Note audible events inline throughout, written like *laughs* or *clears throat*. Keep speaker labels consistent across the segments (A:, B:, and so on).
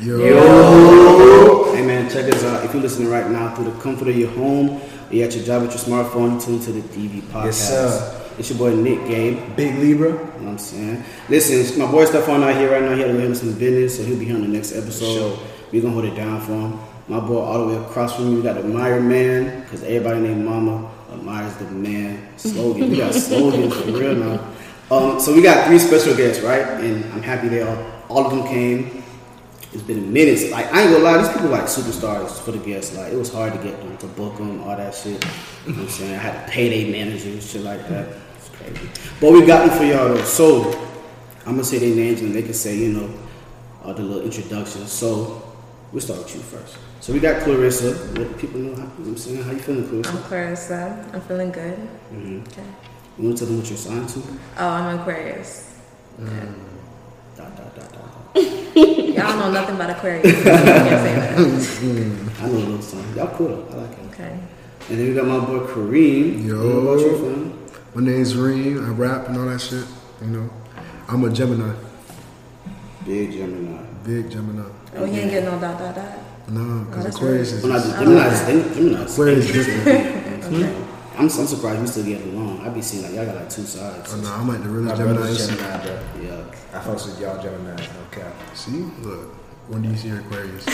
A: Yo.
B: Hey man, check us out. If you're listening right now through the comfort of your home, or you're at your job, at your smartphone, you tune to the DV podcast.
A: Yes, sir.
B: It's your boy Nick Gabe.
A: Big Libra.
B: You know what I'm saying? Listen, it's my boy Stephon out here right now. He had to handle some business, so he'll be here on the next episode. We're going to hold it down for him. My boy all the way across from me, we got the Meyer Man, because everybody named Mama, but Meyer's the man.
A: *laughs*
B: Slogan. We got slogans for real now. Um, so we got three special guests, right? And I'm happy they all, all of them came. It's been a minute. Like, I ain't gonna lie, these people like superstars for the guests. Like, it was hard to get them, to book them, all that shit. You know what I'm saying? I had to pay their managers, shit like that. It's crazy. But we got them for y'all, though. So, I'm gonna say their names and they can say, you know, uh, the little introduction. So, we'll start with you first. So, we got Clarissa. Let the people know how, you know what I'm saying? How you feeling, Clarissa?
C: I'm Clarissa. I'm feeling good. Okay.
B: You wanna tell them what you're signed to?
C: Oh, I'm Aquarius.
B: Dot, dot, dot, dot.
C: Y'all know nothing about Aquarius. *laughs* You can't say that.
A: Mm.
B: I know a little something. Y'all cool. though. I like it.
C: Okay.
B: And then we got my boy Kareem.
A: Yo.
B: What about you, fam?
A: My name's Reem. I rap and all that shit. You know, I'm a Gemini.
B: Big Gemini.
A: Big Gemini.
C: Oh, he ain't getting no dot dot dot.
A: Nah, because
C: that's
A: Aquarius
B: I'm not
A: is.
B: just, I'm not just, I'm not just,
A: Aquarius is different.
B: I'm, I'm surprised we still get along. I be seeing like y'all got like two sides.
A: Oh, nah, I'm like the
D: My
A: real Gemini.
D: brother's Gemini, bro.
B: Yeah.
D: I fucks with y'all Gemini, no cap.
A: See? Look. When do you see Aquarius?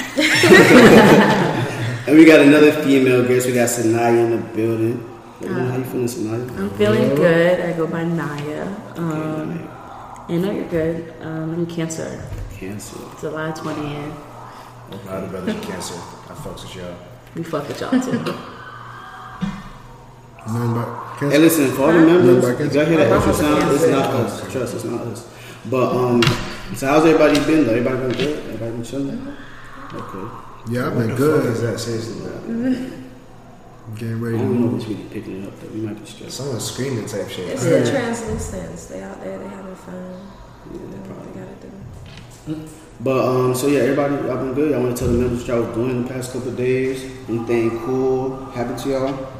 B: And we got another female guest. We got Sanaya in the building. But, you know, how you feeling, Sanaya?
E: I'm feeling good. I go by Naya. Um, I know you're good. Um, I'm Cancer,
B: Cancer.
E: July 20th.
D: My other brother's a Cancer. I fucks with y'all.
E: We fuck with
D: *laughs*
E: y'all too.
A: Nothing about
B: Hey,
A: cancer.
B: listen, for all the members,
A: Look
B: if
A: back
B: y'all hear that
E: at-
B: ultrasound, it's not us. Trust, it's not us. But um, so how's everybody been? Though? Everybody been good? Everybody been chilling? Okay.
A: Yeah, I've
D: What
A: been
D: the
A: good.
D: fuck is that? Seriously, bro.
A: Getting
B: I
A: ready to
B: don't know
A: move.
B: if it's really picking it up. Though. We might be stressed.
D: Someone's screaming type shit.
C: It's the translucents. They out there. They having fun.
B: Yeah,
C: They know what they gotta do.
B: But um, so yeah, everybody, y'all been good. Y'all want to tell the members what y'all was doing the past couple of days? Anything cool happened to y'all?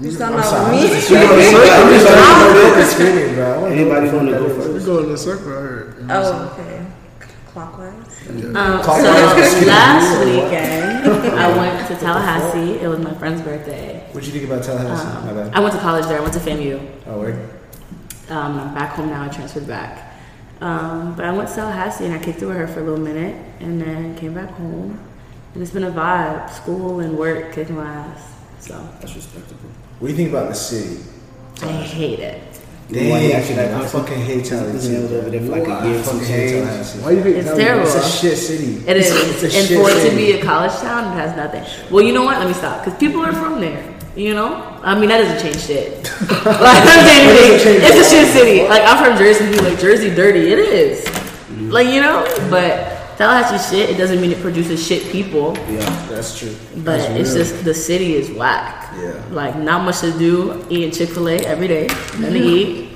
C: You talking
D: I'm
C: about
D: sorry. I'm
B: *laughs*
C: me?
D: just *laughs* I'm screaming, bro. I wanna know
B: Anybody
D: what
B: wanna
D: the
B: go
D: fuck that is.
A: We're
B: first?
A: going in a circle, I heard. You know what
C: Oh, okay. Clockwise.
A: I'm saying?
E: Um, so
D: Call yourself a
E: last weekend, I went to Tallahassee. It was my friend's birthday.
D: What you think about Tallahassee? My
E: Um,
D: bad.
E: I went to college there. I went to FAMU.
D: Oh, wait.
E: Um, I'm back home now. I transferred back. Um, but I went to Tallahassee and I kicked it with her for a little minute and then came back home. And it's been a vibe. School and work kicking my ass. So
B: That's respectable.
D: What do you think about the city?
E: I hate it.
B: Why you actually like
D: I
B: Tallahassee?
D: fucking hate Tallahassee.
B: Nailed over there for like a
D: Why?
B: year
D: I
B: and some
D: fucking hate
B: change.
D: Tallahassee.
A: Why you think
E: It's
A: that was-
E: terrible.
D: It's a shit city.
E: It is.
D: It's a
E: and
D: shit
E: for it to
D: city.
E: be a college town, it has nothing. Well, you know what? Let me stop. Because people are from there. You know? I mean, that doesn't change
D: *laughs*
E: shit. like, that doesn't change anything. It's a shit city. Like, I'm from Jersey. People like, Jersey dirty. It is.
D: Mm-hmm.
E: Like, you know? But Tallahassee shit, it doesn't mean it produces shit people.
B: Yeah.
D: That's true.
E: But it's just the city is whack.
D: Yeah.
E: Like, not much to do. Eating Chick fil A every day. Nothing to eat.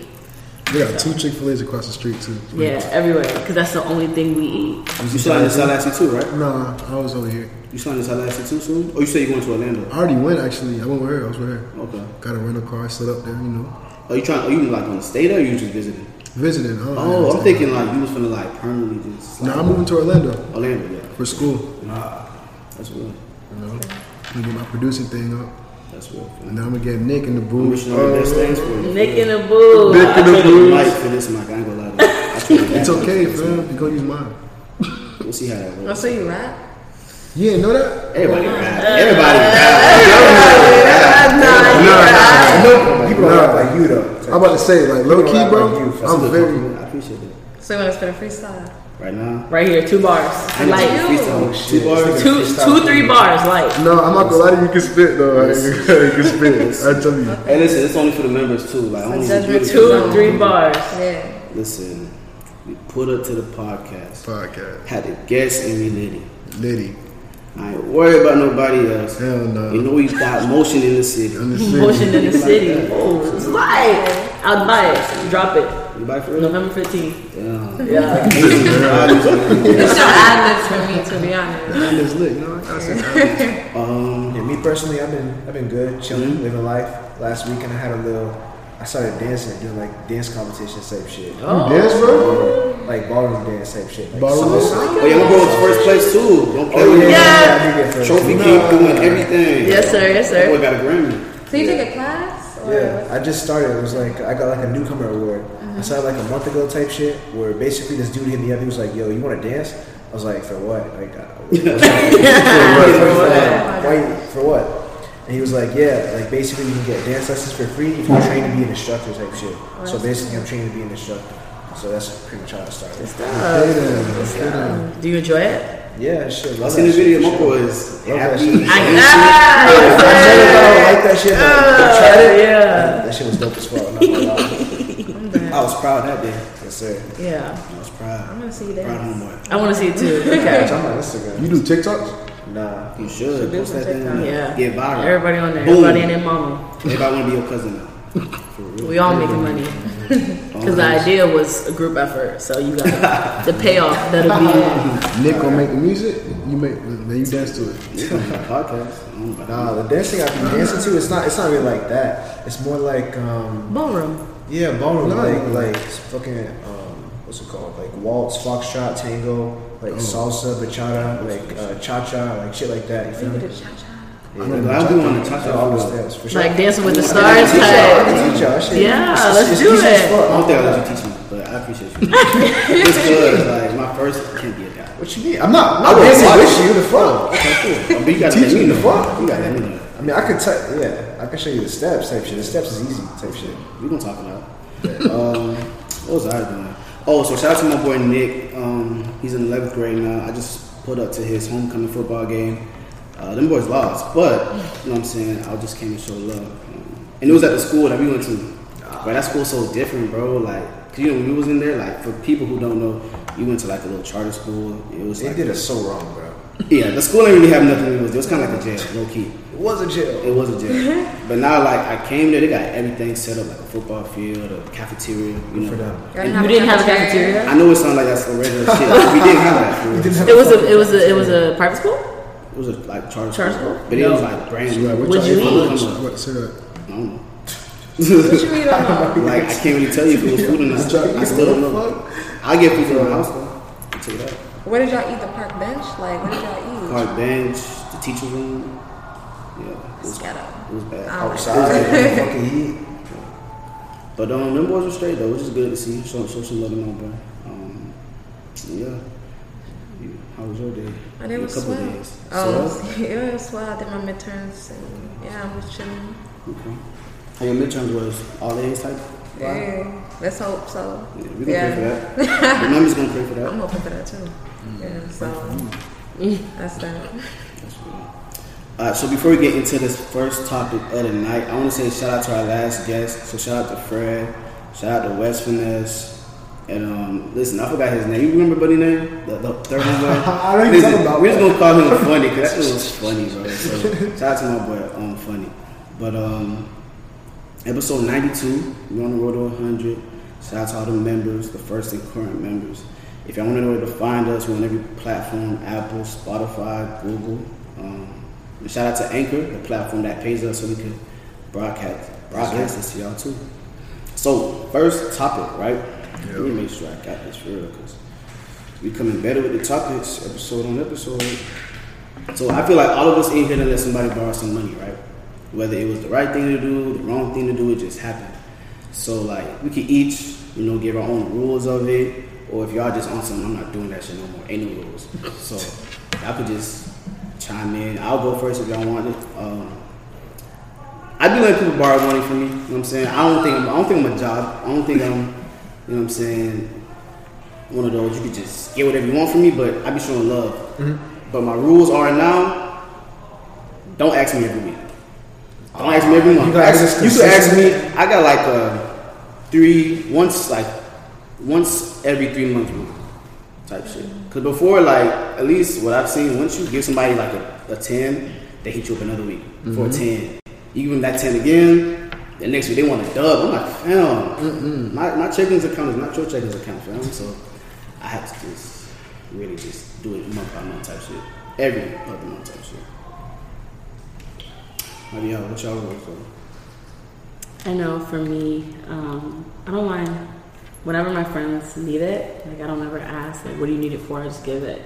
A: We got two Chick Fil A's across the street too.
E: Yeah, everywhere. Because that's the only thing we eat.
B: You still in Tallahassee too, right?
A: Nah, I was over here.
B: You still in Tallahassee too soon? Oh, you say you going to Orlando?
A: I already went actually. I went with her. I was with her.
B: Okay.
A: Got a rental car set up there. You know,
B: Are you trying? Are you like going to stay there? or You just visiting?
A: visiting. I don't
B: Oh, I'm
A: understand.
B: thinking like you was gonna like permanently just
A: Nah,
B: like,
A: I'm moving to Orlando
B: Orlando. Yeah.
A: for school.
B: That's real.
A: You know, I'm gonna get my producing thing up,
B: That's real.
A: and then I'm gonna get Nick in the
B: I'm
A: booth.
B: wishing all the best things for you.
E: Nick and a boo.
A: Nick
B: I
A: in the
B: traded the mic
A: booth.
B: for this mic. I ain't gonna lie. To you. I traded that
A: It's
B: mic
A: okay,
B: for this
A: fam. You gonna use mine?
B: mic. We'll see how that
C: Oh,
B: works.
C: so you rap?
A: You didn't know that?
B: Everybody
E: Uh-huh.
B: rap. Everybody rap.
C: Nah.
A: Nah,
D: People don't rap like you, though.
A: I'm about to say like low key,
D: rap like
A: bro.
D: you, fam.
A: I'm very.
B: I appreciate it.
C: So you want to spit a freestyle?
B: Right now.
E: Right here, two bars.
B: I need
E: Like
B: some freestyle.
D: shit.
B: Two bars.
E: two, two, three bars. Like
A: *laughs* No, I'm not gonna lie to you. You can spit though. Like, *laughs* you can spit. I tell you.
B: Hey, listen, it's only for the members too. Like, only the
C: judgment
B: beautiful-
E: two, three bars.
C: Yeah.
B: Listen, we put up to the podcast.
A: Podcast.
B: Had to guess and we lit it.
A: Liddy.
B: I ain't worried about nobody else.
A: Hell
B: You
A: no.
B: know we got motion in the city.
A: In the city.
E: *laughs* Motion in the city. Oh, it's like I'll buy it. Drop it.
B: You buy for real?
E: November fifteenth.
B: Yeah. *laughs*
E: *laughs* Yeah.
C: It's your ad libs for me, to be honest.
A: And it's lit. You know, I *laughs* said,
B: Um,
D: Yeah, me personally, I've been I've been good, chilling, living life. Last weekend, I had
A: Oh.
D: a little. I started dancing, doing like dance competition type shit.
A: you dance, bro.
D: Like like Ballroom's dead type shit. Like,
A: Ballroom
D: so-
A: is-
B: Oh yeah, my bro was first place too. Don't play
D: Oh
B: with
D: yeah,
B: me.
D: yeah, yeah, I do get first.
B: Trophy came through and everything.
E: Yes, sir. Yes,
B: That boy
E: sir.
B: got a Grammy.
C: So you took a class? Or
D: Yeah,
C: yeah.
D: I just started. It was like I got like a newcomer award. I started like a month ago type shit. Where basically this dude hit me up. He was like, "Yo, you want to dance?" I was like, "For what?" Like, uh,
E: *laughs*
D: why? For what? And he was like, "Yeah, like basically you can get dance lessons for free if you train to be an instructor type shit." So basically, I'm training to be an instructor. So that's pretty much how I started.
E: Do you enjoy it?
D: Yeah, shit.
B: I
D: Love
B: seen
D: that
B: the
D: shit,
B: video. My
D: for sure.
B: boy is
D: Love that
B: happy.
D: shit.
E: I got
D: I was like, I don't like that shit. but I tried it.
E: Yeah.
D: That shit was dope as fuck. I'm not gonna lie.
B: I was proud that day.
D: That's it.
E: Yeah.
B: I was proud.
C: I'm gonna see you
B: Proud
C: there.
B: homeboy.
E: I want to see it too.
D: *laughs* Bitch,
E: Okay.
D: I'm on Instagram.
A: You do TikToks?
D: Nah.
B: You should post that thing. up.
E: Yeah.
B: Get viral.
E: Everybody on there.
B: Boom.
E: Everybody and their mama.
B: Everybody want to be your cousin now.
E: We all making money. *laughs* Because the idea was a group effort, so you got the payoff. That'll be
A: Nick gonna make the music. You make then you dance to it.
B: This gonna be a podcast. I don't know about that.
D: Nah, the dancing I be dancing to, it's not, it's not really like that. It's more like, um,
E: ballroom.
D: yeah, ballroom, like, like fucking, um, what's it called? Like waltz, foxtrot, tango, like
B: Oh.
D: salsa, bachata, like uh, cha cha, like shit like that. You feel me?
B: I don't know, I do want to touch
D: All those
B: that.
D: dance for sure.
E: Like dancing with the
D: I can *laughs*
E: stars.
D: teach y'all. I
E: Type.
D: can teach y'all. That shit-
E: Yeah,
D: it's- it's-
E: let's
D: it's
E: do
D: easy as
E: it.
D: fuck.
B: I don't think I'll let you teach me, but I appreciate you.
E: *laughs*
B: it's good. Like my first can't be a guy.
D: What you mean? I'm not. I'm not
B: I will
D: dancing
B: watch.
D: with you. The
B: *laughs*
D: fuck.
B: Okay, cool. But you gotta
D: Teach
B: let me
D: me the
B: know.
D: fuck.
B: You gotta let me know.
D: I mean, I could tell. Yeah, I can show you the steps type shit. The steps is easy type shit.
B: We gonna talk about. it. um, what was I doing? Oh, so shout out to my boy Nick. Um, he's in 11th grade now. I just pulled up to his homecoming football game. Uh, them boys lost, but you know what I'm saying. I just came to show love, Um, and it was at the school that we went to. But that school's so different, bro. Like, 'cause, you know, when we was in there, like for people who don't know, you went to like a little charter school. It was
D: They
B: like,
D: did us so wrong, bro.
B: yeah, the school ain't really have nothing. It was, it was kind of like a jail, low key.
D: It was a jail.
E: *laughs*
B: It was a jail.
E: Mm-hmm.
B: but now, like, I came there, they got everything set up, like a football field, a cafeteria, you know.
D: for them.
E: You didn't have a cafeteria.
B: I know it sounds like that's the regular shit. but We didn't have that. For real.
E: It was a. It was a. It was a private school.
B: It was a, like charter
E: Charter
B: school.
E: school?
B: But it was like brand new.
A: What
E: What'd
A: y'all
E: you
A: eat for
E: eat?
A: lunch? What say that?
B: I don't know.
C: What you read on?
B: Like, I can't really tell you if it was food or
A: What y'all
B: not.
A: eat
B: I
A: for
B: still don't know.
A: lunch?
B: I get food from my house though. I Take it out.
C: Where did y'all eat? The park bench? Like, where did y'all eat?
B: Park bench, the teacher's room. Yeah, it was,
C: Ghetto.
B: it was bad.
E: Oh,
D: Outside, they fucking eat.
B: But um, them boys were straight though, which is good to see. Show, show some love to my bro. Um, yeah. You- How was your day?
C: I did
B: Your
C: was swell.
B: days.
C: Oh, *laughs* it was swell. I did my midterms and yeah, I'm just chilling.
B: Swell? Okay. And your midterms was all A's type. vibe?
C: Yeah, let's hope so.
B: Yeah, we gonna pray for that.
C: *laughs*
B: Your mommy's gonna pray for
C: I'm
B: that.
C: hoping for that too. Yeah, so *laughs* that's that.
B: That's good. All right, so before we get into this first topic of the night, I want to say shout out to our last guest. So shout out to Fred, shout out to West Finesse, and um, listen, I forgot his name. You remember Buddy name? The, the third one. boy?
D: I don't even
B: Listen,
D: talk about
B: We're just gonna call
D: *laughs*
B: him Funny because that dude was funny, bro. So, shout out to my boy, um, Funny. But um, episode 92, we're on the road to 100. Shout out to all the members, the first and current members. If y'all want to know where to find us, we're on every platform Apple, Spotify, Google. Um, and shout out to Anchor, the platform that pays us so we can broadcast, broadcast this to y'all too. So, first topic, right? Let me make sure I got this for real because we coming better with the topics episode on episode. So I feel like all of us in here to let somebody borrow some money, right? Whether it was the right thing to do, the wrong thing to do, it just happened. So like we could each, you know, give our own rules of it, or if y'all just on some, I'm not doing that shit no more. Ain't no rules. So y'all could just chime in. I'll go first if y'all want it. Um, I do let people borrow money from me. You know what I'm saying? I don't think I'm, I don't think I'm a job. I don't think I'm, you know what I'm saying, one of those you could just get whatever you want from me, but I be showing love. But my rules are now: don't ask me every week. Don't ask me every month.
D: gotta
B: Ask-
D: be just
B: You could ask me.
D: consistent.
B: I got like a three once like once every three months rule type shit. Cause before like at least what I've seen, once you give somebody like a, a ten, they hit you up another week
D: Mm-hmm.
B: for a ten. You give them that ten again. The next week they want a dub. I'm like, fam, my, my checkings account is not your checkings account, fam. So I have to just really just do it month by month type shit. Every other month type shit. How do y'all, what y'all going for?
E: I know for me, um, I don't mind whenever my friends need it, like I don't ever ask, like, what do you need it for? I just give it.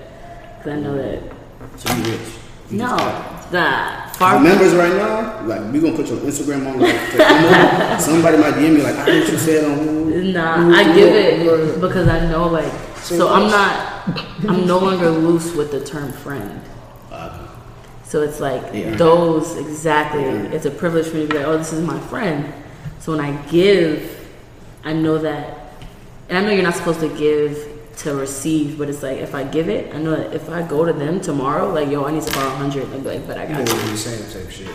E: Because I know that,
B: So you rich.
E: no, that
B: Our
E: far.
B: members right now, like we gonna put your Instagram on. Like, to come over. somebody might DM me like, I heard you said on who.
E: Nah, I give it because I know, like, so I'm not, I'm no longer loose with the term friend.
B: Uh,
E: So it's like
B: Yeah.
E: those exactly. It's a privilege for me to be like, oh, this is my friend. So when I give, I know that, and I know you're not supposed to give to receive, but it's like if I give it, I know that if I go to them tomorrow, like yo, I need to borrow a hundred, they'll be like, but I
D: You know
E: got
D: what
E: you.
D: you're saying type shit.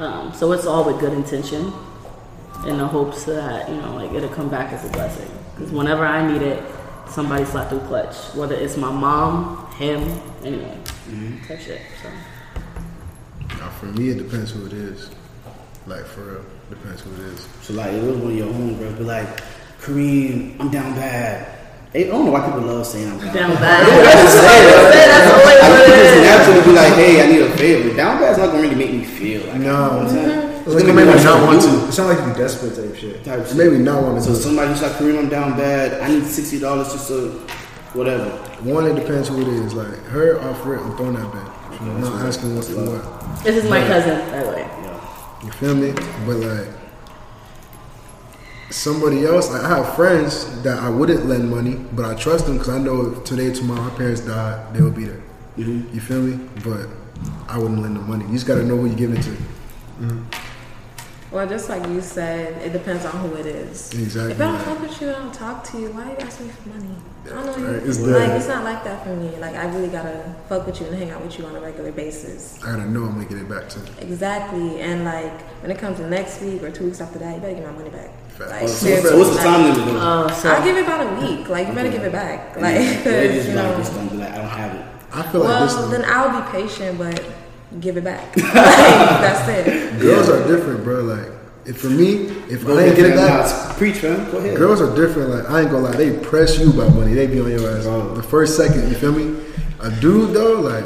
E: Um, so it's all with good intention, in the hopes that you know, like it'll come back as a blessing. Because whenever I need it, somebody slap through clutch. Whether it's my mom, him, anyone, type shit. So
A: Now, for me, it depends who it is. Like for real, depends who it is.
B: so like, it was one of your homegirls, but like, Kareem, I'm down bad. Hey, I don't know why people love saying I'm down. bad.
E: down bad. *laughs* That's always
B: I
E: what
B: think
E: it
B: it's
E: is.
B: natural to be like, hey, I need a favor. Down bad's not gonna really make me feel. Like, you know what I'm
A: No,
B: saying?
A: it's gonna make me not want to.
D: It's not like you desperate type shit.
B: Type
A: It
B: shit.
A: made me not want to.
B: So
A: do it.
B: somebody's like, Kareem, I'm down bad. I need sixty dollars just to whatever.
A: One, it depends who it is. Like her off rip, I'm throwing that back. I'm not asking what for what.
E: This is my cousin, by the way.
A: You feel me? But like somebody else, like I have friends that I wouldn't lend money, but I trust them because I know if today, tomorrow, my parents die, they will be there. You feel me? But I wouldn't lend them money. You just gotta know who you're giving it to.
C: Well, just like you said, it depends on who it is.
A: Exactly.
C: If I don't fuck with you, I don't talk to you. Why you asking me for money? I don't know you.
A: Right, it's
C: like
A: dead.
C: it's not like that for me. Like I really gotta fuck with you and hang out with you on a regular basis.
A: I gotta know I'm gonna get it back to.
C: Exactly. And like when it comes to next week or two weeks after that, you better get my money back.
A: Facts.
C: Like,
B: Oh, so,
C: seriously,
B: so what's the
C: like,
B: time limit though?
E: Oh,
C: I'll
E: so
C: give it about a week. Like you better give it back. Like
B: *laughs* They just
C: *laughs* you
B: like,
C: know.
B: just don't be like, I don't have it.
A: I feel like this.
C: well,
A: Though,
C: then I'll be patient, but give it back. like, that's it.
A: girls are different, bro. Like if for me, if
B: Go
A: I ain't
B: ahead,
A: get it
B: man.
A: back,
B: Nah, Preach, man. Go ahead.
A: Girls are different. Like I ain't gonna lie, they press you about money. They be on your ass
B: Bro.
A: the first second. You feel me? A dude though, like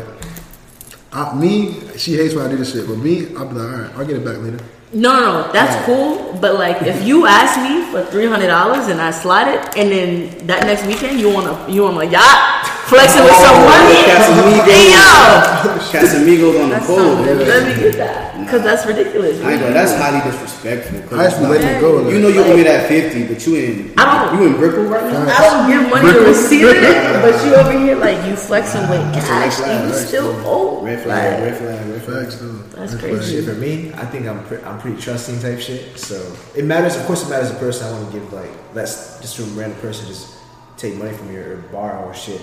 A: I, me, she hates when I do this shit. But me, I'll be like, all right, I'll get it back later.
E: no, no, no, that's cool. But like, if you ask me for three hundred dollars and I slide it, and then that next weekend you wanna you on a yacht flexing with some money,
B: Casamigos.
E: hey yo,
B: *laughs* Casamigos on the
C: That's
B: pole.
C: something.
E: let me get that because that's ridiculous.
B: I ain't gonna. That's highly disrespectful. 'cause
A: I
B: it's
A: actually
B: not-
A: let it go. Like,
B: You know you owe me that fifty, but you in
E: I don't-
B: you in Brickle right now.
E: I don't give money to receive it, but you over here like you flexing with cash and you still owe.
B: Red flag,
E: Like,
B: red flag, red flag.
A: facts though.
E: That's
A: Red
E: crazy.
A: flag.
D: Shit for me, I think I'm pre- I'm pretty trusting type shit. So it matters. Of course, it matters the person. I want to give like that's just some random person just take money from you or borrow or shit.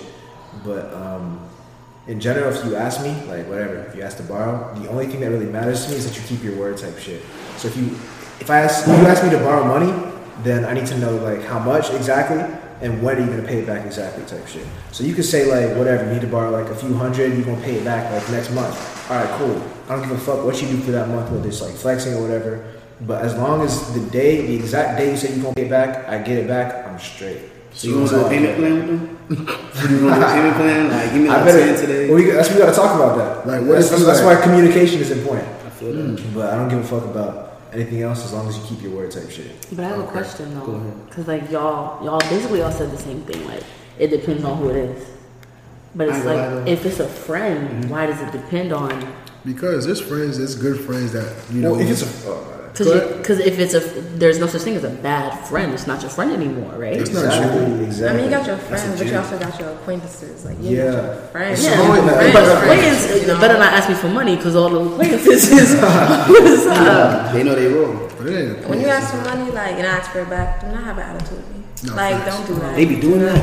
D: But um, in general, if you ask me, like whatever, if you ask to borrow, the only thing that really matters to me is that you keep your word type shit. So if you if I ask if you ask me to borrow money, then I need to know like how much exactly and when are you gonna pay it back exactly type shit. So you could say like whatever, you need to borrow like a few hundred, you're gonna pay it back like next month. Alright, cool. I don't give a fuck what you do for that month, whether it's like flexing or whatever. But as long as the day, the exact day you say you're gonna pay it back, I get it back, I'm straight.
B: So you gonna do a payment plan with them?
D: *laughs*
B: You gonna do a payment plan? Like give me
D: I
B: like
D: better.
B: ten today.
D: Well, we, that's we gotta talk about that.
A: Like, what
D: that's,
A: if you
D: that's
A: like-
D: why communication is important.
B: I feel that.
D: But I don't give a fuck about anything else as long as you keep your word type shit.
E: But I have a question though, because like y'all, y'all basically all said the same thing. Like it depends on who it is. But
B: I Mm-hmm.
E: it's
B: ain't
E: like
B: gonna lie, though.
E: if it's a friend, why does it depend on?
A: Because there's friends, there's good friends that you know.
D: Well, if it's a oh,
A: Go
E: Because because if it's a there's no such thing as a bad friend. It's not your friend anymore, right?
A: It's not true.
D: exactly,
C: I
D: exactly.
C: mean, you got your friends, but you also got your acquaintances. Like, you
D: Yeah.
C: got your friends.
D: It's
E: Yeah,
D: only
E: but
D: that-
E: but
C: friends,
E: acquaintance
C: you know.
E: better not ask me for money because all the acquaintances is *laughs* uh,
B: *laughs*
E: what's up.
D: Mm.
B: They know they wrong.
A: but it ain't a
C: When you
A: plan.
C: ask for money, like, and I ask for it back, do not have an attitude with me.
A: No,
C: like,
A: facts.
C: don't do that.
B: They be doing that.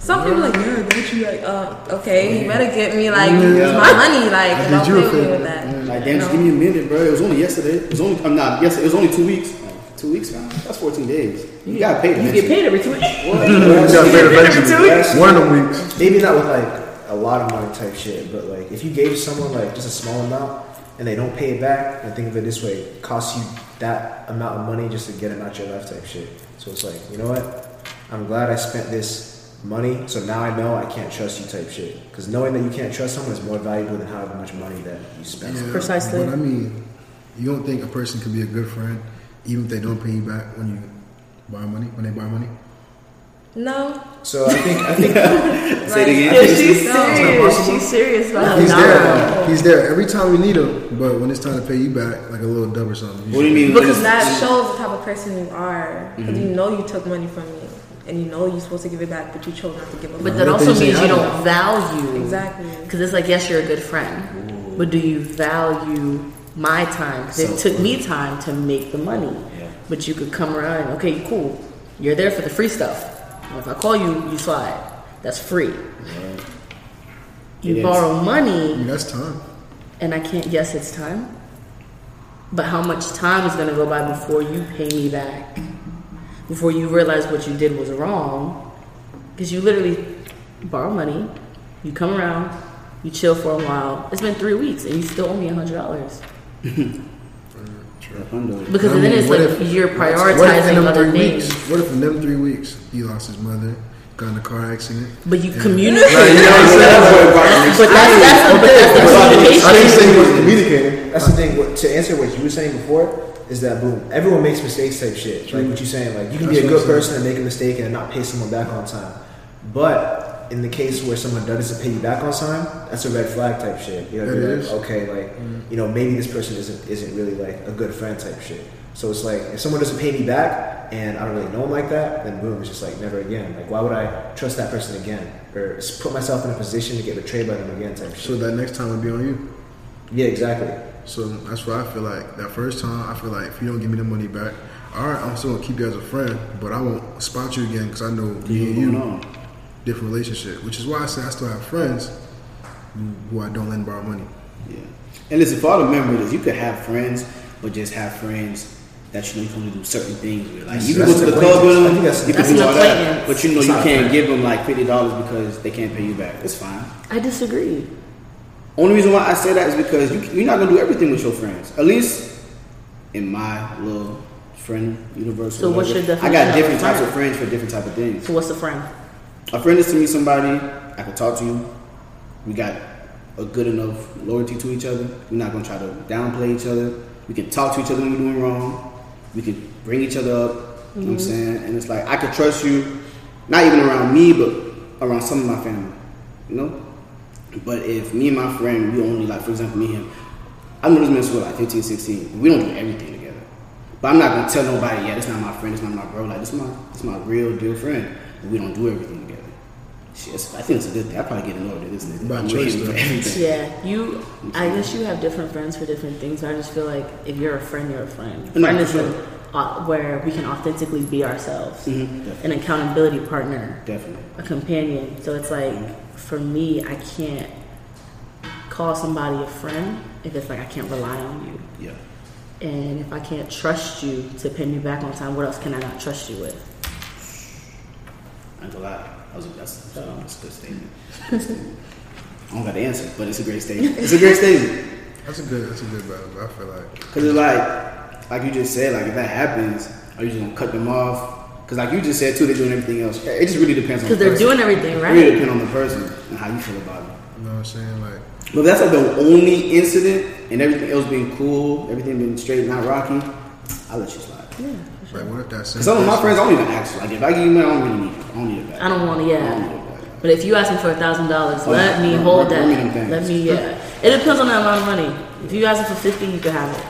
C: Some people like, yeah, don't you like, uh, okay, you better get me like it's my money, like,
A: I
C: and
A: did
C: don't
A: you a
C: play with me
A: favor.
C: with that.
B: Like damn, just give me a minute, bro. It was only yesterday. It was only I'm not yesterday. It was only two weeks. Like, two weeks, man. That's fourteen days. You gotta pay.
E: You get paid every two weeks.
C: *laughs*
A: You gotta pay the
D: That's-
A: venture. One of the weeks.
D: Maybe not with like a lot of money type shit, but like if you gave someone like just a small amount and they don't pay it back, and think of it this way, it costs you that amount of money just to get them out your life type shit. So it's like, you know what? I'm glad I spent this money, so now I know I can't trust you type shit. Because knowing that you can't trust someone is more valuable than however much money that you spent.
A: Yeah,
E: Precisely.
A: But I mean, you don't think a person can be a good friend even if they don't pay you back when you buy money when they buy money.
C: No.
D: So I think I think
B: Say it again.
E: Yeah, she's
C: No.
E: serious. She's serious about
A: He's
E: nah.
A: there. He's there every time we need him. But when it's time to pay you back, like a little dub or something.
B: What do you mean?
C: Because
B: Just-
C: that shows the type of person you are. Because
A: Mm-hmm.
C: you know you took money from me, and you know you're supposed to give it back, but you chose not to give it
E: But
C: back.
E: that
A: What if
E: also
A: they say
E: means you
A: other?
E: don't value.
C: Exactly.
E: Because it's like, yes, you're a good friend, but do you value my time? 'Cause it took me time to make the money.
B: Yeah.
E: But you could come around. and, Okay, cool. You're there for the free stuff. And if I call you, you slide. That's free. You
B: It is.
E: borrow
A: I
E: money,
A: mean, that's time.
E: and I can't. Yes, it's time. But how much time is going to go by before you pay me back? Before you realize what you did was wrong? Because you literally borrow money, you come around, you chill for a while. It's been three weeks, and you still owe me a hundred dollars.
B: Alhamdulillah.
E: Because
A: I
E: then
A: mean,
E: it's
A: what
E: like
A: if-
E: you're
A: What if in
E: prioritizing
A: them
E: other
A: three
E: things.
A: weeks? What if in them three weeks he lost his mother, got in a car accident?
E: But you
A: Yeah.
E: communicate.
B: But
E: But that's that's, but that's the communication.
D: I didn't say he was communicating. That's the thing. What, to answer what you were saying before is that boom, everyone makes mistakes type shit. Like what you're saying, like you can be
A: That's
D: a
A: what
D: good
A: I'm
D: person and make a mistake and not pay someone back on time. But in the case where someone doesn't pay you back on time, that's a red flag type shit. You know,
A: It
D: you're
A: is. Mm.
D: like, okay, like you know, maybe this person isn't isn't really like a good friend type shit. So it's like if someone doesn't pay me back and I don't really know them like that, then boom, it's just like never again. Like why would I trust that person again or s- put myself in a position to get betrayed by them again type shit?
A: So that next time would be on you.
D: yeah, exactly.
A: So that's why I feel like that first time I feel like if you don't give me the money back, all right, I'm still gonna keep you as a friend, but I won't spot you again because I know me and you
B: on.
A: different relationship. Which is why I say I still have friends who I don't lend borrow money.
B: Yeah. And listen, for all the members, you could have friends, but just have friends that you know you can only do certain things with. Like you can
D: That's
B: go to the
D: an
B: club with them,
D: acquaintance. I think that's-
B: you can
E: that's
B: do
E: an
B: all that,
E: acquaintance.
B: but you know
D: It's
B: you
D: not
B: can't give them like fifty dollars because they can't pay you back. It's fine.
E: I disagree.
B: Only reason why I say that is because you, you're not gonna do everything with your friends. At least in my little friend universe. or
E: So what's
B: whatever.
E: your
B: I got
E: definition of
B: different
E: a
B: types
E: friend?
B: of friends for different type of things.
E: So what's the friend?
B: A friend is to me somebody I can talk to you. We got a good enough loyalty to each other. We're not gonna try to downplay each other. We can talk to each other when we're doing wrong. We can bring each other up. You know what I'm saying? And it's like I can trust you, not even around me, but around some of my family. You know? But if me and my friend, we only like, for example, me and him, I know this man since we were like 15, 16. We don't do everything together. But I'm not gonna tell nobody, yeah, this not my friend, this not my bro. Like this my this my real dear friend. But we don't do everything together. Shit, it's- I think it's a good thing. I probably get annoyed at this nigga.
A: By
B: I'm
A: choice,
B: waiting for
A: though.
B: *laughs* everything.
E: Yeah, you. I guess you have different friends for different things. But I just feel like if you're a friend, you're a friend.
B: No,
E: Friend
B: for
E: is
B: sure.
E: when, uh, where we can authentically be ourselves.
B: Mhm, definitely.
E: An accountability partner,
B: Definitely.
E: a companion. So it's like for me, I can't call somebody a friend if it's like I can't rely on you,
B: Yeah.
E: and if I can't trust you to pay me back on time, what else can I not trust you with?
B: I ain't gonna lie. That was a, that's, that's a good statement.
A: *laughs*
B: Good statement. I don't got the answer, but it's a great statement. It's a great statement.
A: That's a good. That's a good battle. but I feel like
B: Cause it's like, like you just said, like if that happens, are you just gonna cut them off? Cause like you just said too, they're doing everything else. It just really depends on.
E: Because
B: the
E: they're
B: person.
E: doing everything
B: It really
E: right.
B: depends on the person and how you feel about it.
A: you know what I'm saying. Like
B: But if that's like the only incident and everything else being cool, everything being straight, not rocky, I'll let you slide.
E: Yeah.
A: like what if that same
B: Cause some of my
A: person-
B: friends I don't even ask. Like if I give you money, I don't really need it. I don't need it back.
E: I don't want to.
B: I don't
E: Yeah.
B: need it back.
E: But if you ask me for a thousand dollars,
B: Oh,
E: let
B: yeah.
E: me
B: Let-
E: hold
B: let- let
E: that.
B: me them things.
E: Let me, yeah. It depends on the amount of money. If you ask me for fifty, you can have it.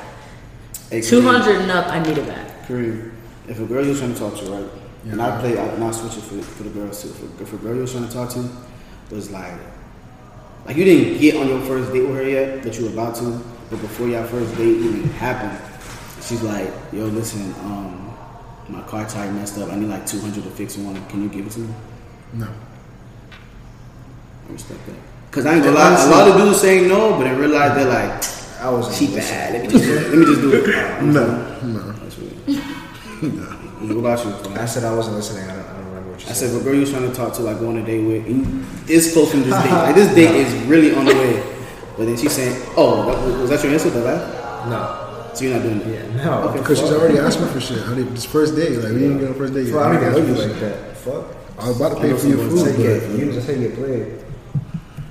B: Hey,
E: Two hundred and up, I need it back.
B: Kareem, if a girl you're trying to talk to, right?
A: Yeah.
B: And I play, I, and I switch it for, for the girls too. If a, if a girl you're trying to talk to was like, like you didn't get on your first date with her yet, but you were about to, but before your first date even happened, she's like, yo, listen, um, my car tire messed up. I need like 200 to fix one. Can you give it to me?
A: No.
B: I respect that. Cause I ain't gonna lie, a lot of dudes saying no, but in real life they're like,
D: I was
B: she bad. Let me just, do it. let me just do
A: *laughs*
B: it.
A: No. No.
B: That's weird.
A: *laughs*
B: What about you? Fran?
D: I said I wasn't listening. I don't, I don't remember what you
B: I
D: said.
B: said, but girl, you was trying to talk to, like, go on a date with, and you this close from this date. Like, this date is really on the way. But then she's saying, oh, that, was- was that your answer to that?
D: no.
B: So you're not doing it.
D: Yeah, *laughs* no.
B: Okay.
A: Because she's already asked me for shit. I did this first day. Like we didn't get on first day yet.
D: Fuck, I don't
A: I,
D: even love you like that. Fuck.
A: was about to pay for your
B: someone
A: food,
D: That's how you
A: but
D: get used. That's how you get played.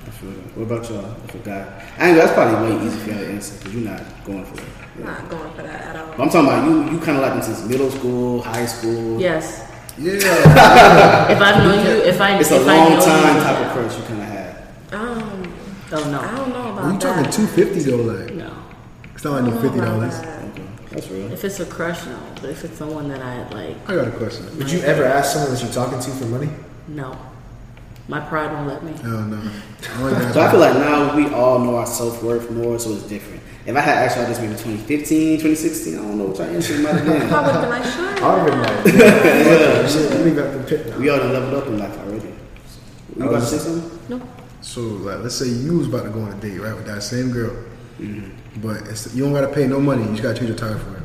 B: I feel that. What about y'all? If a guy, I ain't, that's probably way easy for y'all to answer because you're not going for it.
C: I'm not going for that at
B: But
C: all.
B: I'm talking about you, you kind of like them since middle school, high school.
E: Yes.
A: Yeah.
E: If I've known you, if I,
B: It's
E: if
B: a
E: I
B: long
E: know
B: time
E: you,
B: type of crush you kind of had.
C: Um,
E: Oh
C: I
E: no,
C: don't know about
A: we talking
C: that.
A: two fifty though, like
E: no.
A: it's not like no fifty dollars.
B: Okay, that's real.
E: If it's a crush, no. But if it's someone that I like,
A: I got a question.
D: *laughs* Would you ever ask someone that you're talking to for money?
E: no. My pride won't let me.
A: Hell no.
D: *laughs*
A: I don't even
B: So I
A: ask
B: feel like now we all know our self worth more, so it's different. If I had asked y'all this maybe 2015, 2016, I don't know what y'all answered might have
E: *laughs*
B: been.
C: I would have been like, sure.
D: I would have been like, yeah, shit, you leave out the pit now.
B: We all done leveled up in life already. You about to say something?
E: No.
A: So like, let's say you was about to go on a date, right, with that same girl,
B: Mm-hmm.
A: but it's, you don't gotta pay no money. You just gotta change your tire for it.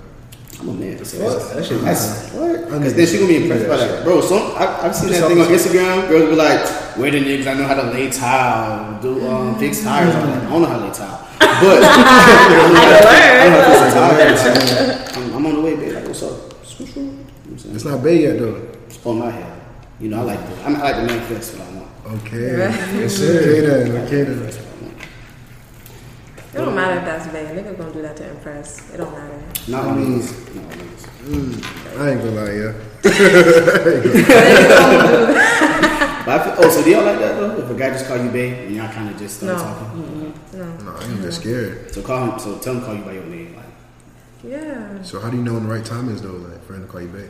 B: I'm a man. So
D: What? That shit
B: That's,
A: I
B: what? Because then she gonna be impressed by
D: Yeah,
B: that. Bro, some, I, I've seen
D: Just
B: that thing on
D: help
B: Instagram. Girls be like, where the niggas I know how to lay tile, do um, fix tires. I'm like, I don't know how to lay tile. But *laughs* I know how to fix a tire. I'm, I'm on the way, babe. Like, what's up? What's wrong? You know what I'm saying?
A: It's not paid yet though.
B: It's on my head. You know, I like the, I, mean, I like to manifest what I want.
A: Okay.
C: Right.
A: Yes, sir. Okay then. Okay then.
C: It don't matter if that's vague. Niggas gonna do that to impress. It don't matter.
B: Not on these. Not on these.
A: I ain't gonna lie, yeah.
B: But I feel, oh, so do y'all like that though? If a guy just call you babe and y'all kind of just start
C: No.
B: talking,
C: No.
A: No, I ain't just scared.
B: so call him. So tell him to call you by your name. Like,
C: Yeah.
A: So how do you know when the right time is though, like for him to call you back?